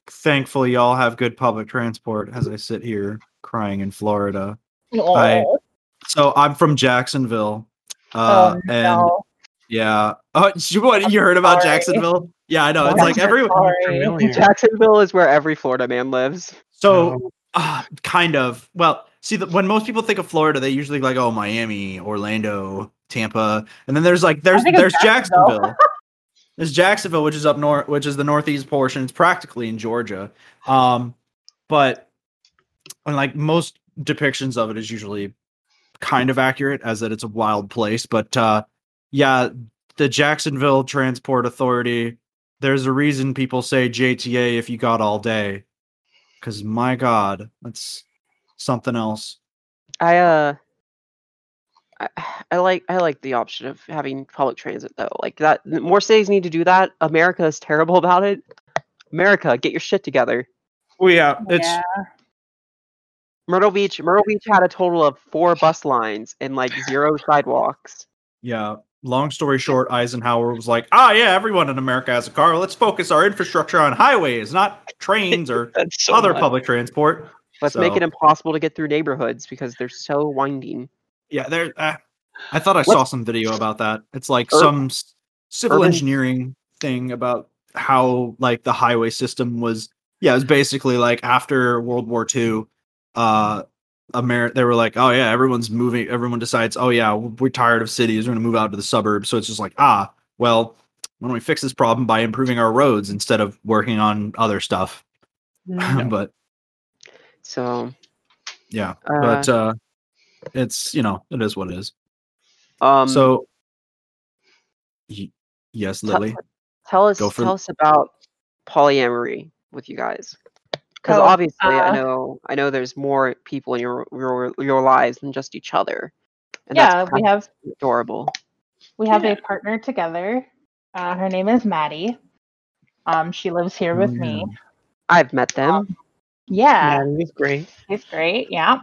thankful y'all have good public transport as I sit here crying in Florida. I-
Oh,
So I'm from Jacksonville. Uh
oh,
and
no.
yeah. Oh you what you heard about
Sorry. Oh,
Jacksonville? Yeah, I know. It's
I'm
like
so
everyone
sorry.
Jacksonville is where every Florida man lives.
so
Oh,
Uh, kind of. Well, see, the, when most people think of Florida, they usually like, oh, Miami, Orlando, Tampa, and then there's like there's
think of
there's
Jacksonville.
Jacksonville. there's Jacksonville, which is up north, which is the northeast portion. It's practically in Georgia, um, but and like most depictions of it is usually kind of accurate, as that it's a wild place. But uh, yeah, the Jacksonville Transport Authority. There's a reason people say JTA if you got all day because my god that's something else
I uh I, I like I like the option of having public transit though. Like that th- more cities need to do that. America is terrible about it. America, get your shit together.
well yeah it's
Yeah.
Myrtle Beach, Myrtle Beach had a total of 4 bus lines and like zero sidewalks.
yeah long story short eisenhower was like ah yeah everyone in america has a car let's focus our infrastructure on highways not trains or
That's so
other
much.
public transport
Let's make it
So-
impossible to get through neighborhoods because they're so winding.
yeah there uh, i thought i saw some video about that it's like
Ur-
some s- civil
urban-
engineering thing about how like the highway system was yeah it was basically like after world war ii uh Amer- they were like oh yeah everyone's moving everyone decides oh yeah w- we're tired of cities we're going to move out to the suburbs so it's just like ah well why don't we fix this problem by improving our roads instead of working on other stuff but
So,
yeah
uh,
but uh it's you know it is what it is
um
so, y- yes,
Tell-
Lily.
tell us
go for-
tell us about polyamory with you guys. Cuz
Oh,
obviously I
uh,
know I know there's more people in your your your lives than just each other. And that's
yeah, we have
adorable.
we have a partner together. Uh, her name is Maddie. Um, she lives here with me.
I've met them.
Yeah,
Man, it's great.
she's great. Yeah.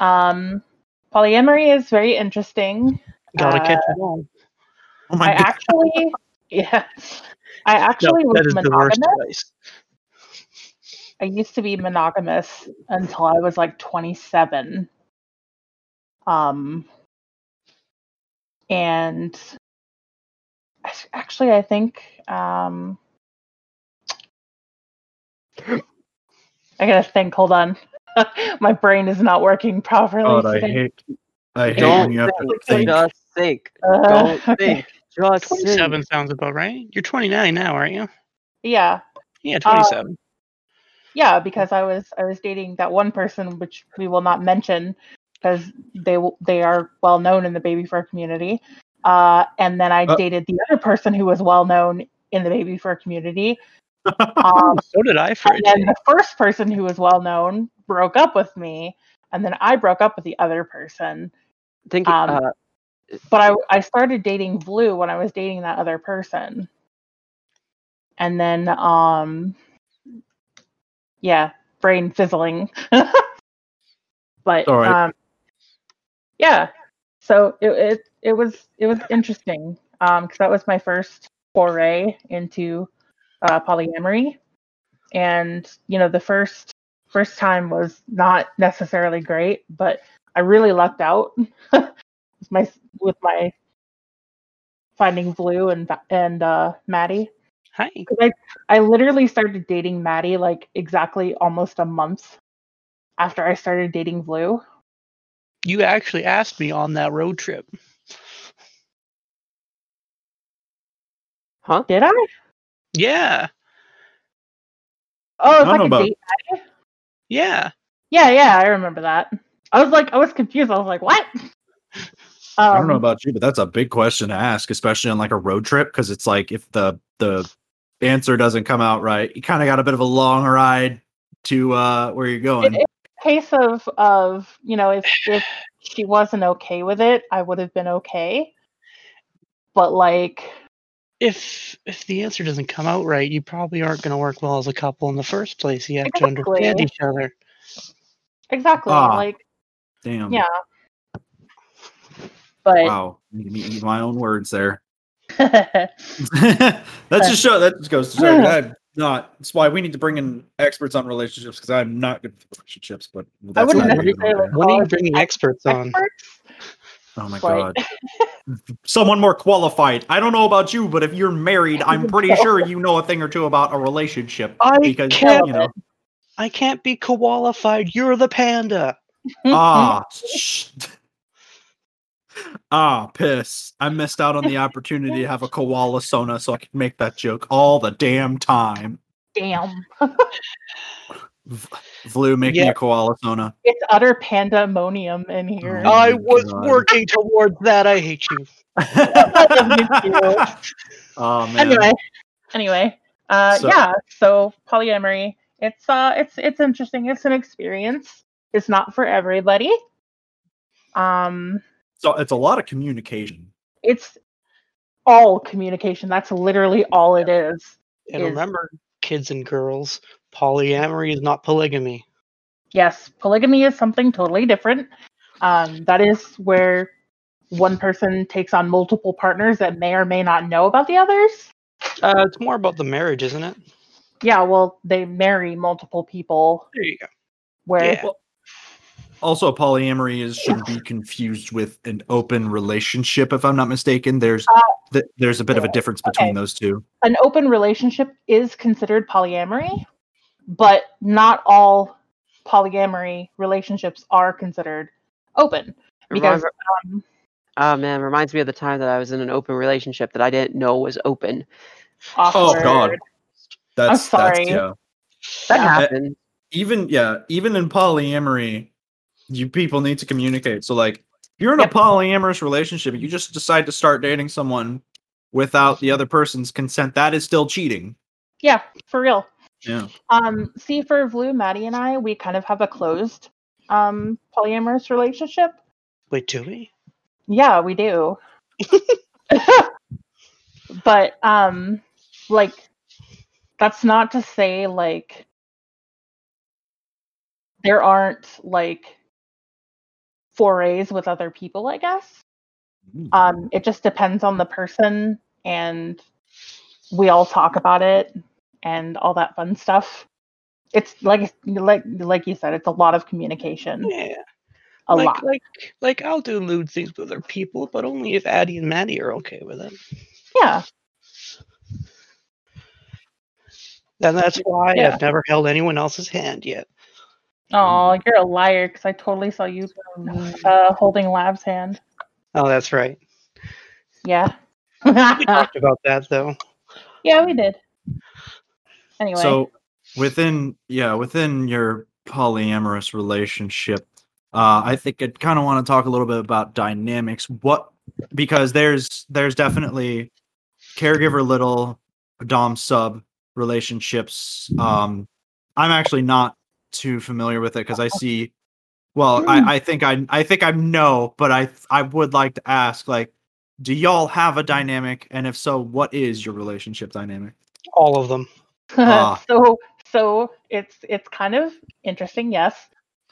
Um, polyamory is very interesting.
Gotta
Uh,
catch it all.
Oh
I
my god.
actually, yeah, I actually
No,
was
that is the
monogamous.
worst advice.
I used to be monogamous until I was like 27. Um, and act- actually, I think um, I gotta think. Hold on, my brain is not working properly.
God, I
today.
hate. I hate
Don't
when you have to
think.
think.
Just think.
Uh,
Don't
okay.
think. Just
Twenty-seven
think.
sounds about right. You're 29 now, aren't you?
Yeah, Uh,
Yeah, 27.
yeah, because I was I was dating that one person, which we will not mention because they w- they are well known in the baby fur community. Uh, and then I
Uh.
dated the other person who was well known in the baby fur community. Um,
so did I for a
and
day.
then the first person who was well known broke up with me, and then I broke up with the other person.
Thinking.
Um,
uh,
But I I started dating Blue when I was dating that other person, and then um, yeah, brain fizzling. but
all right.
um, yeah, so it, it it was it was interesting um because that was my first foray into uh, polyamory, and you know the first first time was not necessarily great, but I really lucked out with my with my finding blue and and uh maddie
Hi.
because i i literally started dating maddie like exactly almost a month after i started dating blue
You actually asked me on that road trip.
huh?
did i
Yeah.
oh
I
it's
don't
Oh, like
know
a
about-
date
Yeah.
yeah yeah i remember that i was like i was confused i was like what um,
I don't know about you, but that's a big question to ask, especially on like a road trip, because it's like if the the answer doesn't come out right, you kind of got a bit of a long ride to uh where you're going.
it- case of of you know if if she wasn't okay with it i would have been okay but like
If if the answer doesn't come out right, you probably aren't going to work well as a couple in the first place. You have to
Exactly.
understand each other.
exactly
Ah.
like
Damn.
yeah. but
Wow. Made me eat my own words there.
yeah,
that's just show that just goes to show you that I'm not that's why we need to bring in experts on relationships because I'm not good with relationships, but that's
wouldn't
neither here nor
necessarily-
there.
When are you
College
bringing experts on?
Oh my
Right.
god. Someone more qualified. I don't know about you, but if you're married, I'm pretty sure you know a thing or two about a relationship.
I
because
can't-
you know
I can't be qualified. You're the panda.
ah sh- ah piss. I missed out on the opportunity to have a koala sona so I could make that joke all the damn time.
Damn.
Vlu, make me
Yeah.
a koala sona.
It's utter pandemonium in here.
Oh
I
my
was
God.
working towards that. I hate you.
oh man.
anyway, anyway, uh,
So-
yeah. So polyamory, it's uh, it's it's interesting. It's an experience. It's not for everybody. Um,
So it's a lot of communication.
it's all communication. That's literally all it is.
And
Is-
remember, kids and girls, polyamory is not polygamy.
Yes, polygamy is something totally different. Um, that is where one person takes on multiple partners that may or may not know about the others.
Uh, it's more about the marriage, isn't it?
Yeah, well, they marry multiple people
There you go.
where
Yeah.
Also, polyamory is should be confused with an open relationship, if I'm not mistaken. There's
Uh,
th- there's a bit of a difference between
okay.
those two.
an open relationship is considered polyamory, but not all polyamory relationships are considered open. Because
Remember-
um,
Oh man, reminds me of the time that I was in an open relationship that I didn't know was open.
awkward.
Oh, God. That's
sorry.
that's yeah.
That
Yeah.
happened.
Even yeah, even in polyamory, you people need to communicate. So like if you're in
Yep.
a polyamorous relationship, you just decide to start dating someone without the other person's consent, that is still cheating.
Yeah, for real.
Yeah.
Um, see, for Blue, Maddie, and I, we kind of have a closed um, polyamorous relationship.
Wait, do we?
Yeah, we do. but um like that's not to say like there aren't like forays with other people, I guess. Um, it just depends on the person, and we all talk about it and all that fun stuff. It's like like like you said, it's a lot of communication,
Yeah.
Mm, a
like,
lot.
Like, like I'll do lewd things with other people, but only if Addie and Maddie are okay with it.
Yeah,
And that's why
Yeah.
I've never held anyone else's hand yet.
Oh, you're a liar because I totally saw you uh, holding Lab's hand.
Oh, that's right.
Yeah.
We talked about that though.
yeah, we did. Anyway,
So within yeah, within your polyamorous relationship, uh, I think I kind of want to talk a little bit about dynamics. What because there's there's definitely caregiver little dom sub relationships. Um, I'm actually not too familiar with it because I see. Well, I, I think I I think I know, but I I would like to ask like, do y'all have a dynamic? And if so, what is your relationship dynamic?
All of them.
Ah.
so so it's it's kind of interesting. Yes,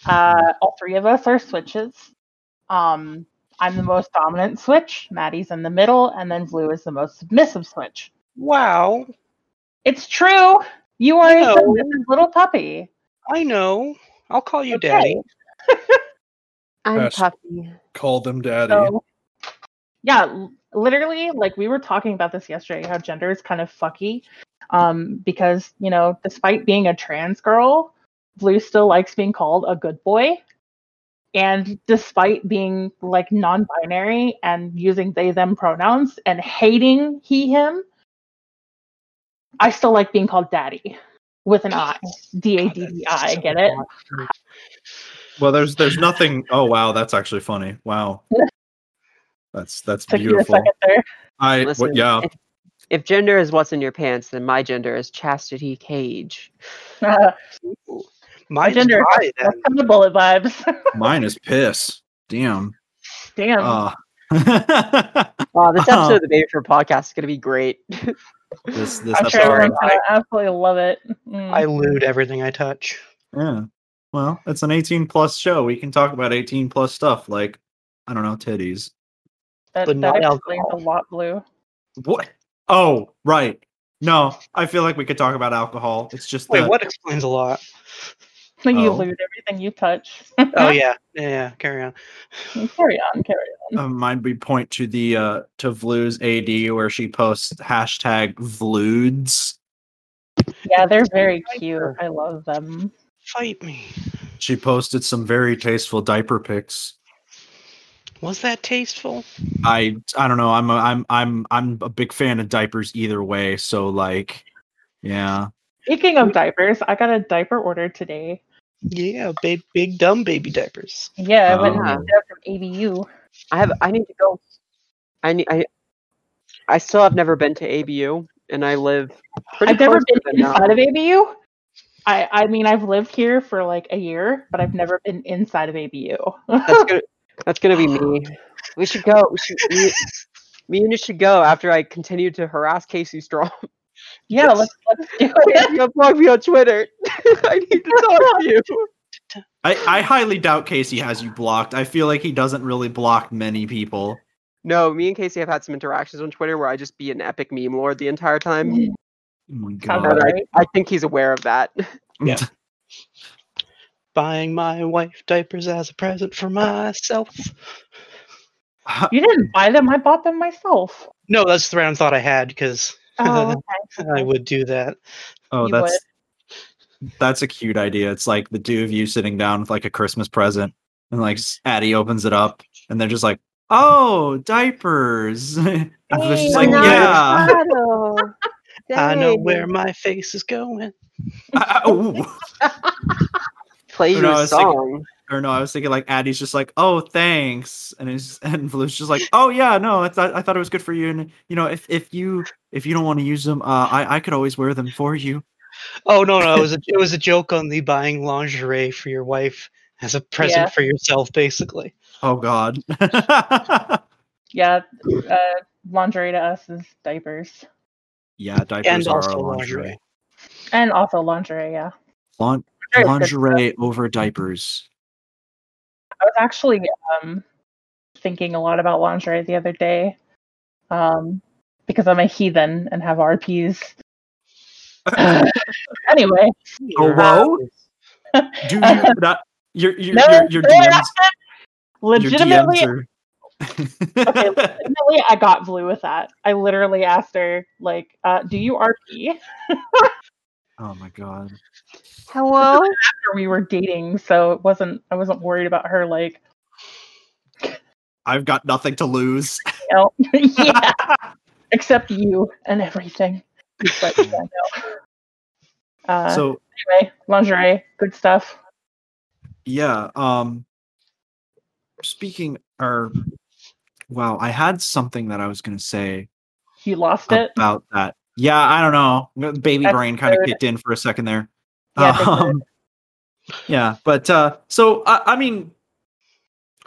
uh, all three of us are switches. Um, I'm the most dominant switch. Maddie's in the middle, and then Blue is the most submissive switch.
Wow.
It's true. You are
No.
a submissive little puppy.
I know. I'll call you
Okay.
Daddy.
I'm
Best.
puppy.
Call them daddy.
So, yeah, l- literally, like we were talking about this yesterday, how gender is kind of fucky. Um, because, you know, despite being a trans girl, Blue still likes being called a good boy. And despite being like non binary and using they them pronouns and hating he him, I still like being called daddy with an I. D A D D I, get it?
Well, there's there's nothing. Oh wow, that's actually funny. Wow, that's that's
Took you a
beautiful.
second there.
I
Listen,
what, yeah.
If, if gender is what's in your pants, then my gender is chastity cage.
My
Gender.
gender.
That's kind of bullet vibes.
Mine is piss. Damn.
Damn.
Uh,
Wow,
Uh-huh.
this
Oh.
episode of the Baby for Podcast is going to be great.
this this
I'm
episode.
sure everyone's gonna absolutely love it. Mm.
I lewd everything I touch.
Yeah. Well, it's an 18 plus show. We can talk about 18 plus stuff like I don't know titties.
that
but
that
not
explains a
alcohol.
lot, Blue.
What? Oh right. No, I feel like we could talk about alcohol. It's just
Wait,
that
what explains a lot?
You
Oh.
loot everything you touch.
Oh yeah. Yeah, yeah, carry on.
carry on, carry
uh, mine we point to the uh to Vlu's AD where she posts hashtag Vludes.
on. Yeah, they're very cute. I love them.
Fight me.
She posted some very tasteful diaper pics.
Was that tasteful?
I I don't know. I'm a, I'm I'm I'm a big fan of diapers either way. So like, yeah.
Speaking of diapers, I got a diaper order today.
Yeah, big big dumb baby diapers.
Yeah, I went
Oh.
and got it from ABU.
I have. I need to go. I need. I. I still have never been to ABU, and I live pretty
I've never
close to
been
them now.
inside of ABU. I, I mean, I've lived here for like a year, but I've never been inside of ABU.
That's gonna. That's gonna be me. We should go. We should, me, me and you should go after I continue to harass Casey Strong.
yeah, let's, let's do it.
you block me on Twitter. I need to talk to you.
I I highly doubt Casey has you blocked. I feel like he doesn't really block many people.
No, me and Casey have had some interactions on Twitter where I just be an epic meme lord the entire time.
Mm.
Oh my god.
Sounds
But
right.
I, I think he's aware of that.
Buying my wife diapers as a present for myself.
You didn't buy them. I bought them myself.
No, that's the round thought I had because
Oh, okay.
I would do that.
Oh,
You
that's that's a cute idea. It's like the two of you sitting down with like a Christmas present, and like s- Addie opens it up, and they're just like, "Oh, diapers." and it's just like,
no.
"Yeah."
I know where my face is going.
Ooh.
Play
No,
your
I was thinking-
song.
or no, I was thinking like Addie's just like, oh, thanks, and it's and Blue's just like, oh yeah, no, I thought I thought it was good for you, and you know if if you if you don't want to use them, uh, I I could always wear them for you.
Oh no, no, it was a, it was a joke on the buying lingerie for your wife as a present
Yeah.
for yourself, basically.
Oh God,
Yeah, uh, lingerie to us is diapers,
yeah, diapers
And
are
also
our lingerie.
and also lingerie. Yeah,
Lon-
Very good
lingerie over diapers.
I was actually um, thinking a lot about lingerie the other day um, because I'm a heathen and have RPs. anyway,
Hello? Oh, Do you not? Your your
No,
your, your
no,
DMs, your
legitimately,
DMs are.
Okay, legitimately, I got blue with that. I literally asked her, like, uh, "Do you RP?" After
oh my god.
Hello?
we were dating, so it wasn't. I wasn't worried about her, like,
I've got nothing to lose.
you know, yeah, except you and everything. But, yeah, no. uh,
so
anyway, lingerie, good stuff.
yeah, um speaking or wow, I had something that I was gonna say
You lost
Um,
it.
about that. Yeah, I don't know. The Baby
That's
brain kind of
good.
kicked in for a second there.
Yeah, that's
Um, yeah, but uh, so I, I mean,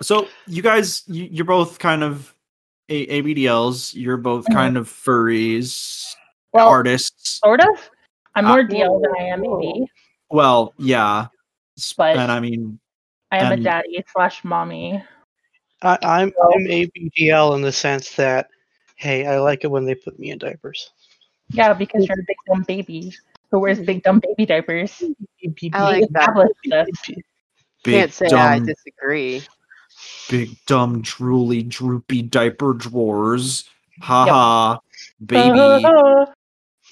so you guys, you, you're both kind of a- ABDLs. You're both
Mhm.
kind of furries,
Well,
artists.
sort of. I'm
Ah.
more DL than I am AD.
Well, yeah, S-
But-
and I mean,
I am a
And-
daddy slash mommy.
I, I'm I'm ABDL in the sense that hey, I like it when they put me in diapers.
Yeah, because you're a big dumb baby who wears big dumb baby diapers.
I like that.
We established this.
big
Can't say I
dumb,
disagree.
big dumb, drooly, droopy diaper drawers. Haha, baby.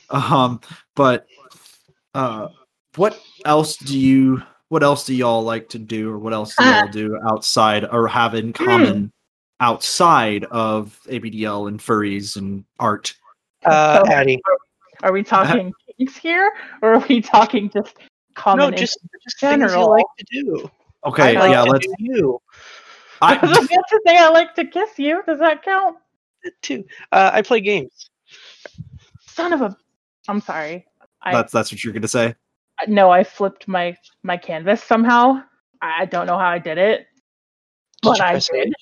um but uh what else do you what else do y'all like to do or what else do y'all do outside or have in
Hmm.
common outside of abdl and furries and art
Uh,
So-
Addie,
Are
Uh-huh.
we talking kinks here, or are we talking just common?
no, just just things you
general.
like to do.
okay
I like
yeah
to
let's
do you
I was
I,
about to say I like to kiss you. Does that count?
too. Uh, I play games.
Son of a. I'm sorry. I
that's that's what you're gonna say
no, I flipped my my canvas somehow. I I don't know how I did it, but
you
I
press
did.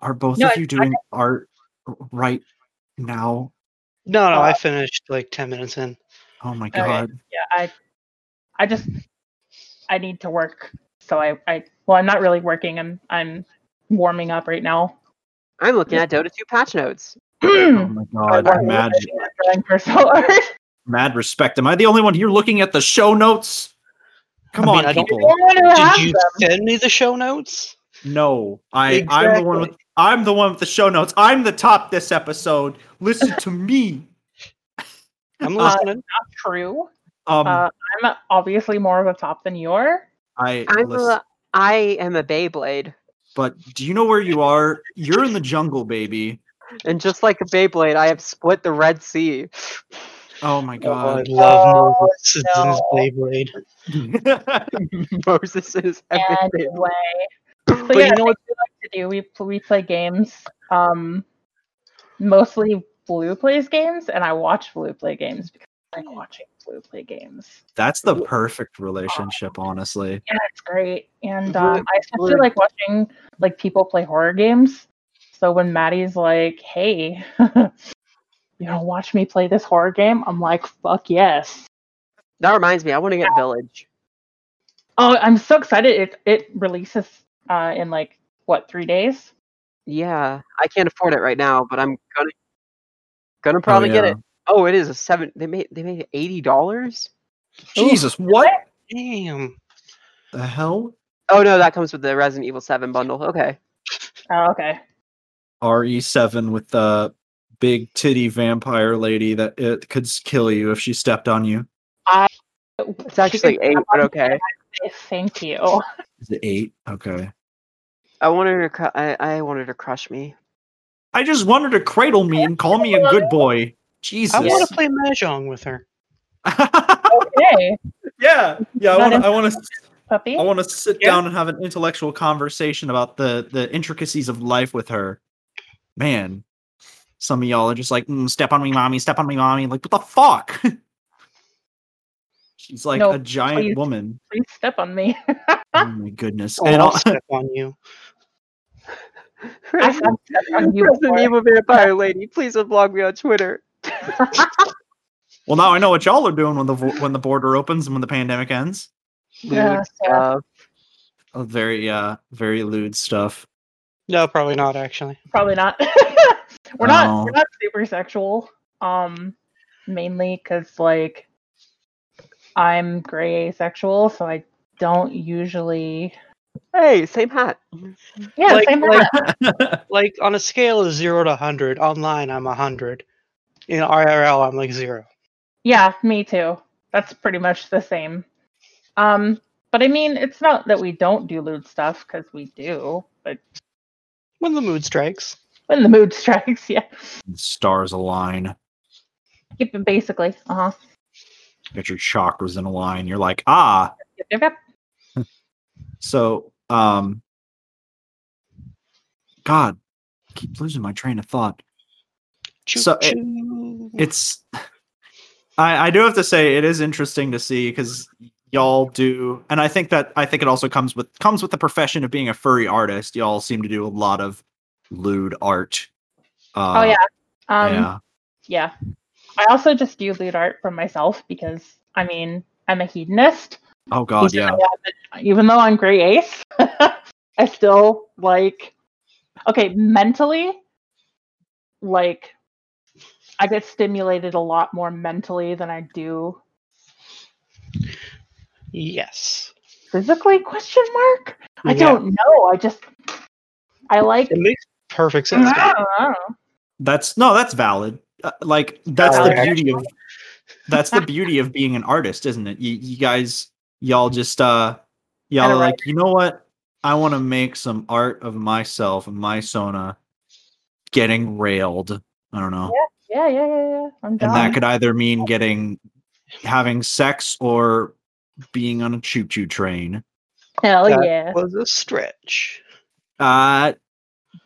are both
No,
of
I-
you doing art r- right now
No, no,
Uh,
I finished like ten minutes in.
oh my
Okay.
god
Yeah, I I just I need to work. So I I well, I'm not really working. I'm I'm warming up right now.
I'm looking at Dota 2 patch notes.
Hmm.
oh my god
I'm
mad
drawing personal art.
mad respect am i the only one here looking at the show notes come
I mean,
on
I don't-
people
You're the one who has
Did you
them.
send me the show notes?
No, I I'm the one with I'm the one with the show notes. I'm the top this episode. Listen to me.
I'm
Uh,
listening.
True.
Um,
Uh, I'm obviously more of a top than you are.
I
I'm
listen,
a, I am a Beyblade.
but do you know where you are? You're in the jungle, baby.
And just like a Beyblade, I have split the Red Sea.
Oh my
oh, I
god.
love
Oh,
Moses and his
no.
Beyblade.
Moses is everything.
Anyway.
But
But yeah,
you know what?
things we like to do. We we play games. Um, mostly Blue plays games, and I watch Blue play games because I like watching Blue play games.
That's the perfect relationship, honestly.
Yeah, it's great. And
Blue-
um, I especially
Blue-
like watching like people play horror games. So when Maddie's like, "Hey, you know, watch me play this horror game," I'm like, "Fuck yes!"
That reminds me, I want to get Village.
Oh, I'm so excited! It it releases uh, in like what three days?
Yeah, I can't afford it right now, but I'm gonna gonna probably get
yeah.
it. Oh, it is a seven. They made they made it eighty dollars.
Jesus, what
Damn.
the hell?
Oh no, that comes with the Resident Evil Seven bundle. Okay,
Oh, okay.
RE7 E with the big titty vampire lady that it could s- kill you if she stepped on you.
it's actually eight, but okay.
Thank you.
Is it eight? Okay.
I wanted her to. Cru- I, I wanted to crush me.
I just wanted to cradle me and call me a good boy. Jesus.
I want to play mahjong with her.
Okay,
yeah, yeah. I
Not
want to. I want to.
puppy.
I want to sit
Yeah.
down and have an intellectual conversation about the the intricacies of life with her. Man, some of y'all are just like, mm, step on me, mommy. Step on me, mommy. Like, what the fuck? She's like
No,
a giant
please.
woman.
Please step on me.
Oh my goodness.
Oh,
and
I'll
I'll,
step on you.
I have stepped on you
Resident
before.
Evil Vampire Lady, please unblog me on Twitter.
well, now I know what y'all are doing when the vo- when the border opens and when the pandemic ends.
Yeah,
Dude,
yeah.
uh,
Oh, very, uh, very lewd stuff.
No, probably not actually.
Probably not. we're not.
No.
We're not super sexual. Um, mainly because like I'm gray asexual, so I don't usually.
Hey, same hat.
Yeah,
Like-
same
like-
hat.
Like on a scale of zero to hundred, online I'm hundred. In IRL I'm like zero.
Yeah, me too. That's pretty much the same. Um, but I mean, it's not that we don't do lewd stuff because we do. But
When the mood strikes.
when the mood strikes, yeah,
Stars align.
Yep, basically, uh huh.
Get your chakras in a line. You're like, ah.
Yep, yep, yep.
So, um, God, keep losing my train of thought.
Choo
So it-
choo.
it's I, I do have to say it is interesting to see because y'all do and i think that i think it also comes with comes with the profession of being a furry artist y'all seem to do a lot of lewd art uh,
oh yeah. Um,
yeah
Yeah. I also just do lewd art for myself because I mean I'm a hedonist.
oh god
even,
yeah
though I'm- even though I'm gray ace, I still like okay, mentally, like I get stimulated a lot more mentally than I do
Yes.
physically, question mark? I
Yeah.
don't know. I just I like
It makes perfect sense. to me.
I don't know.
that's no that's valid Uh, like that's the
Valid,
beauty of that's the beauty of being an artist isn't it you, you guys y'all just uh y'all
And a
are like you know what i want to make some art of myself and my sona getting railed i don't know
Yeah, yeah, yeah, yeah. I'm
and
done.
that could either mean getting having sex or being on a choo-choo train
Hell
that
yeah.
was a stretch.
uh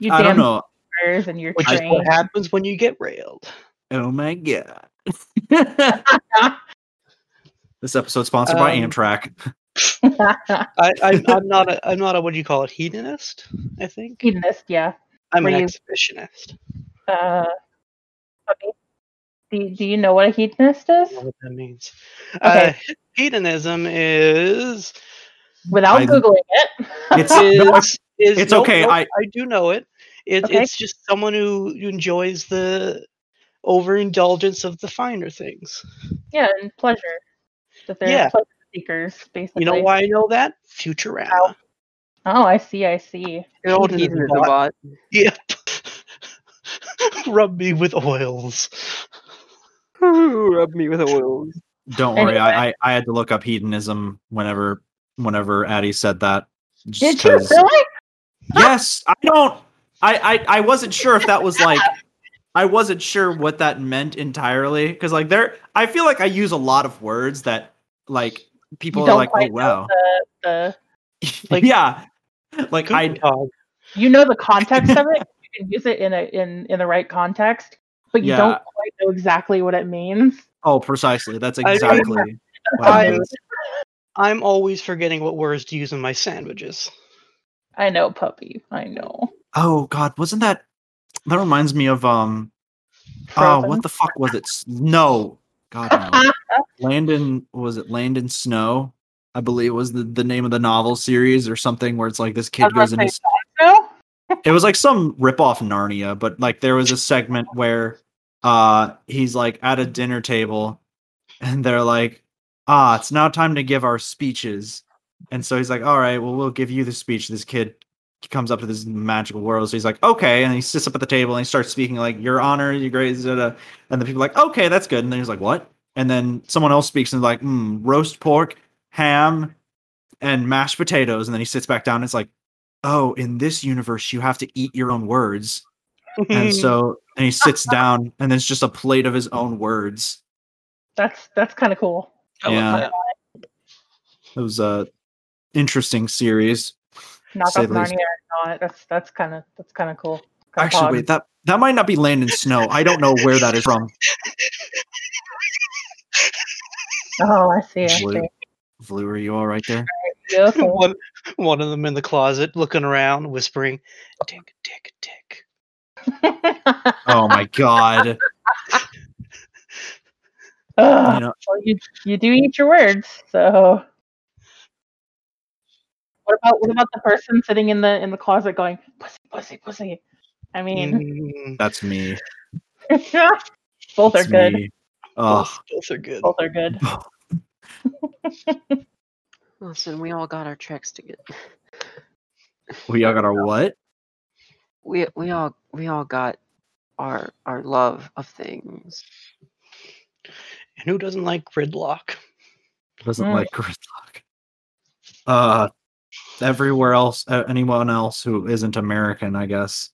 You
i don't
damn
know
stars and your
Which is
train.
what happens when you get railed.
oh my god this episode sponsored by
Um,
amtrak
I, I'm, I'm not a I'm not a what do you call it hedonist. I think
hedonist, yeah.
I'm an
Were you-
exhibitionist.
Uh, okay. do, do you know what a hedonist is?
I don't know what that means.
Okay.
Uh, hedonism is
Without
I-
googling it,
it's
is,
no,
is
it's
no,
okay,
no,
I-
do know it. It
Okay.
It's just someone who enjoys the overindulgence of the finer things.
yeah, and pleasure. That they're
Yeah.
pleasure seekers, basically.
You know why I know that? Futurama.
Ow. Oh, I see, I see.
Good old hedonism bot.
bot.
Yep. Rub me with oils.
Rub me with oils.
Don't worry, I, I I had to look up hedonism whenever whenever Addie said that. just
Did you
'cause-
really?
Yes, I don't. I, I I wasn't sure if that was like. I wasn't sure what that meant entirely because like there, I feel like I use a lot of words that like people are
don't
like, oh
quite
wow,
know The, the,
like-
yeah, like I
Guten Tag.
you know the context of it. You can use it in a in in the right context, but you
Yeah.
don't quite know exactly what it means.
oh precisely. That's
I-
exactly. what
I-
it is.
I'm always forgetting what words to use in my sandwiches.
I know, puppy. I know.
oh God, wasn't that? That reminds me of um. Oh, what the fuck was it? S- No, God, no. Landon was it Landon Snow? I believe was the, the name of the novel series or something where it's like this
I
kid
was
goes
gonna
into.
say No?
It was like some ripoff Narnia, but like there was a segment where uh he's like at a dinner table, and they're like, "Ah, it's now time to give our speeches," and so he's like, "All right, well, we'll give you the speech." This kid comes up to this magical world, so he's like, "Okay," and he sits up at the table and he starts speaking like, "Your honor, your grace," da, da. and the people are like, "Okay, that's good," and then he's like, "What?" And then someone else speaks and like, mm, "Roast pork, ham, and mashed potatoes," and then he sits back down and it's like oh, in this universe, you have to eat your own words. And so, and he sits down, and there's just a plate of his own words.
That's that's kind of cool.
I love Yeah. It was a interesting series.
Knock
Say
off
the least.
Narnia or not. That's that's kind of that's kind of cool. Kinda
Actually,
odd.
wait, that that might not be Landon Snow. I don't know where that is from.
Oh, I see. I see.
Blue, Blue, are you all right there?
Beautiful.
one, one of them in the closet looking around, whispering, "Dick, dick, dick."
Oh my god!
Ugh.
You know,
Well, you you do eat your words, so. What about what about the person sitting in the in the closet going pussy pussy pussy? I mean,
Mm,
That's me.
both are
That's
good.
Mm. me. Ugh.
both, both are good.
Both are good.
Listen, we all got our checks to get.
we all got our what?
We we all we all got our our love of things.
And who doesn't like gridlock?
Doesn't
Mm.
like gridlock. Uh, everywhere else, uh, anyone else who isn't American, I guess.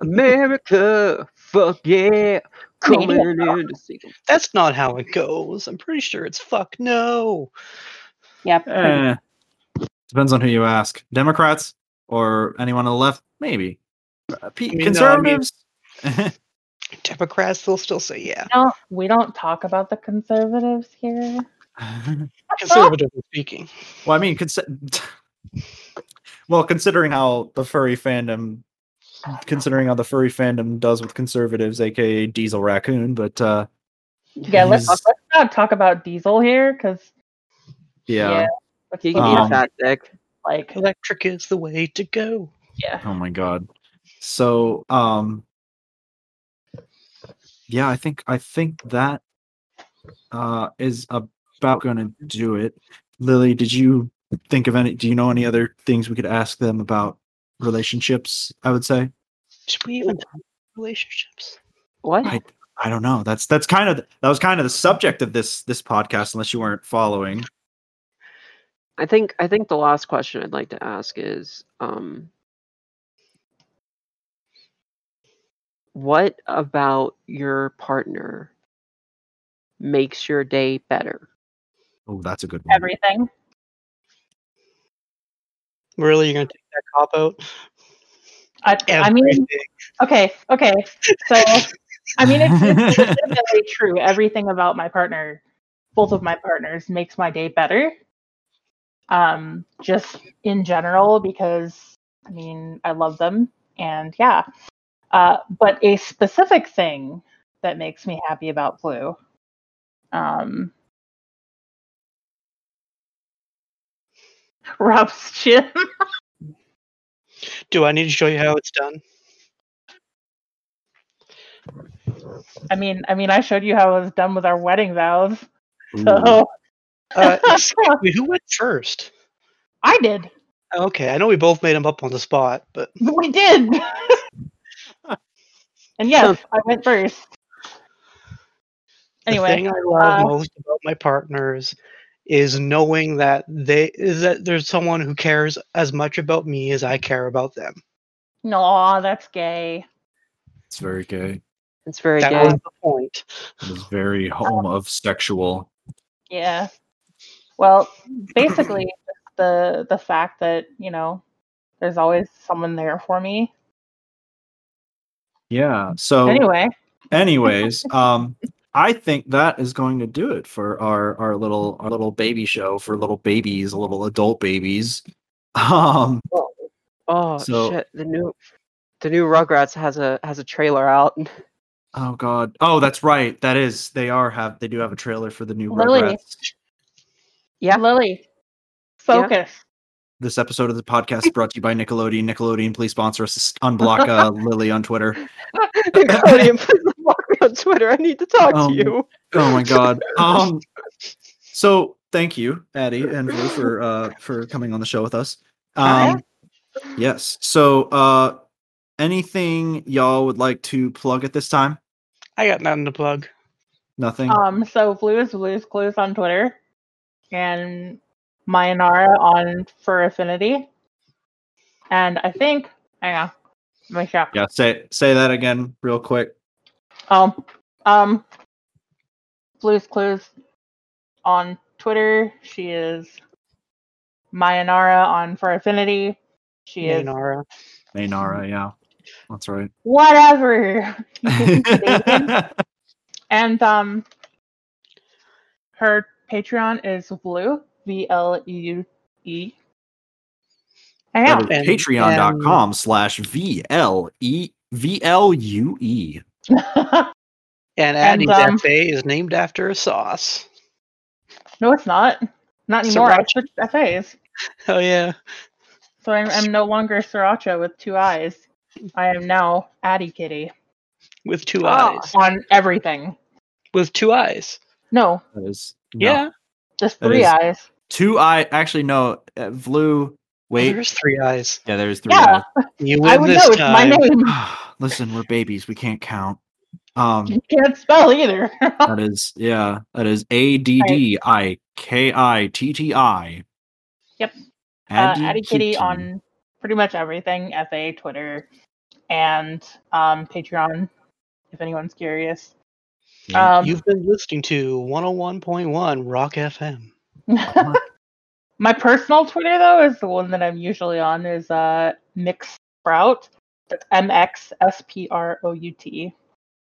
America, fuck yeah, coming
Canadian.
in to see them.
That's not how it goes. I'm pretty sure it's fuck no.
Yep.
Eh. Depends on who you ask. Democrats or anyone on the left, maybe. Uh, pe-
mean, no, I mean-
conservatives.
Democrats, they'll still say yeah.
No, we don't talk about the conservatives here.
Conservatively speaking.
Well, I mean, cons- well, considering how the furry fandom, considering how the furry fandom does with conservatives, aka Diesel Raccoon, but uh,
Yeah, let's,
He's-
let's not talk about diesel here because
yeah.
let's
He
not,
can be a
Um,
fat dick.
like
Electric is the way to go.
yeah.
Oh my god. So, um, yeah, I think I think that uh is about gonna do it. Lily, did you think of any? Do you know any other things we could ask them about relationships? I would say.
Should we even talk relationships?
What?
I I don't know. That's that's kind of that was kind of the subject of this this podcast, unless you weren't following.
I think I think the last question I'd like to ask is um what about your partner makes your day better?
Oh, that's a good one.
everything.
Really, you're gonna take that cop out?
I, I mean,
Everything.
okay, okay. So, I mean, it's, it's definitely true. Everything about my partner, both of my partners, makes my day better. Um, just in general, because I mean, I love them, and yeah. Uh, but a specific thing that makes me happy about Blue, um, Rob's chin.
do I need to show you how it's done?
I mean, I mean, I showed you how I was done with our wedding vows.
Ooh.
So
Uh, excuse me, who went first?
I did.
Okay, I know we both made him up on the spot, but
We did. and yes, I went first.
the
Anyway,
thing I love
uh,
most about my partners is knowing that they is that there's someone who cares as much about me as I care about them.
no, that's gay.
It's very gay.
It's very
that
gay.
was the point.
It's very home of sexual.
Yeah. Well, basically, the the fact that you know there's always someone there for me.
Yeah.
Oh.
So,
Anyway,
anyways, um, I think that is going to do it for our our little our little baby show for little babies, little adult babies. Um,
Oh
So-
shit, the new the new Rugrats has a has a trailer out.
oh god. Oh, that's right. That is. They are have. They do have a trailer for the new
Lily.
Rugrats.
Yeah.
Lily, focus.
This episode of the podcast is brought to you by Nickelodeon. Nickelodeon, please sponsor us. Unblock uh, Lily on Twitter.
Nickelodeon, please block me on Twitter. I need to talk
Um,
to you.
Oh my god. Um. So thank you, Addie and Blue, for uh for coming on the show with us. Um. Yes. So uh, anything y'all would like to plug at this time?
I got nothing to plug.
Nothing.
Um, so Blue is Blue's Clues on Twitter, and Mayanara on Fur Affinity, and I think hang on, let me check.
yeah. Say say that again, real quick.
Um, um, Blue's Clues on Twitter. She is Mayanara on Fur Affinity. She is
Nara.
Maynara. Yeah. That's right.
whatever. You can be Canadian. and um, her Patreon is Blue V L E U E. I
Go
am.
to
And-
Patreon.com slash V L E V L U E.
And,
And Addie's
um,
essay is named after a sauce.
No, it's not. Not anymore. I
Sriracha.
switched FAs.
Oh yeah.
So I'm, I'm no longer Sriracha with two eyes. I am now Addie Kitty
with
Oh.
two
Ah.
eyes.
on everything.
With two eyes.
No,
That is
Yeah.
just
That
three
is-
eyes.
Two eye. Actually, no. Uh, Vlu. Wait.
There's three eyes.
yeah, there's three.
Yeah,
You
I
win
would
this
know. It's my
time.
name.
eyes. Listen, we're babies. We can't count. Um,
You can't spell either.
that is yeah. That is A D D I K I T T I.
Yep. uh,
Addy
Addie Kitty
Kitty.
on pretty much everything FA, Twitter, and um, Patreon, if anyone's curious.
Yeah.
Um,
You've been listening to 101.1 Rock FM.
Uh-huh.
My personal Twitter though is the one that I'm usually on is uh Mix Sprout. That's M X S P R O U T. E.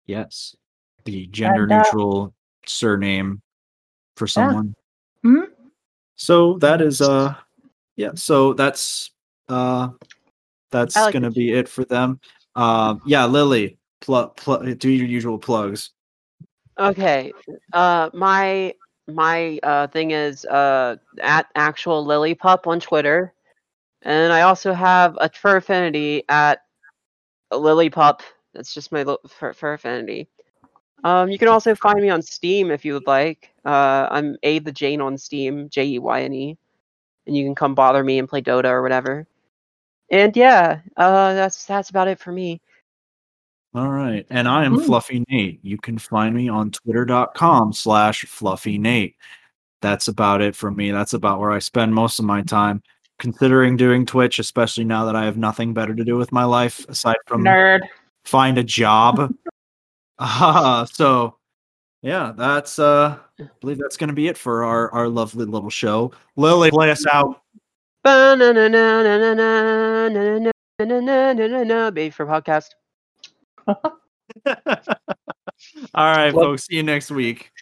Yes. The gender
uh,
neutral surname for someone.
Mhm.
So that is uh yeah, so that's uh that's
I like
gonna
it.
be it for them. Um yeah, Lily, pl- pl- do your usual plugs.
Okay. Uh, my my uh, thing is uh, at actual lily pup on Twitter, and I also have a fur affinity at lily pup. That's just my li- fur, fur affinity. Um, you can also find me on Steam if you would like. Uh, I'm a the Jane on Steam, J E Y N E, and you can come bother me and play Dota or whatever. And yeah, uh, that's that's about it for me.
All right. And I am
Mm.
Fluffy Nate. You can find me on twitter.com slash fluffy Nate. That's about it for me. That's about where I spend most of my time. Considering doing Twitch, especially now that I have nothing better to do with my life aside from
Nerd.
find a job. uh, so yeah, that's uh I believe that's gonna be it for our, our lovely little show. Lily, play us out.
Ba-na-na-na-na-na-na-na-na-na-na-na-na-na, Baby for podcast.
All right,
Well-
folks. See you next week.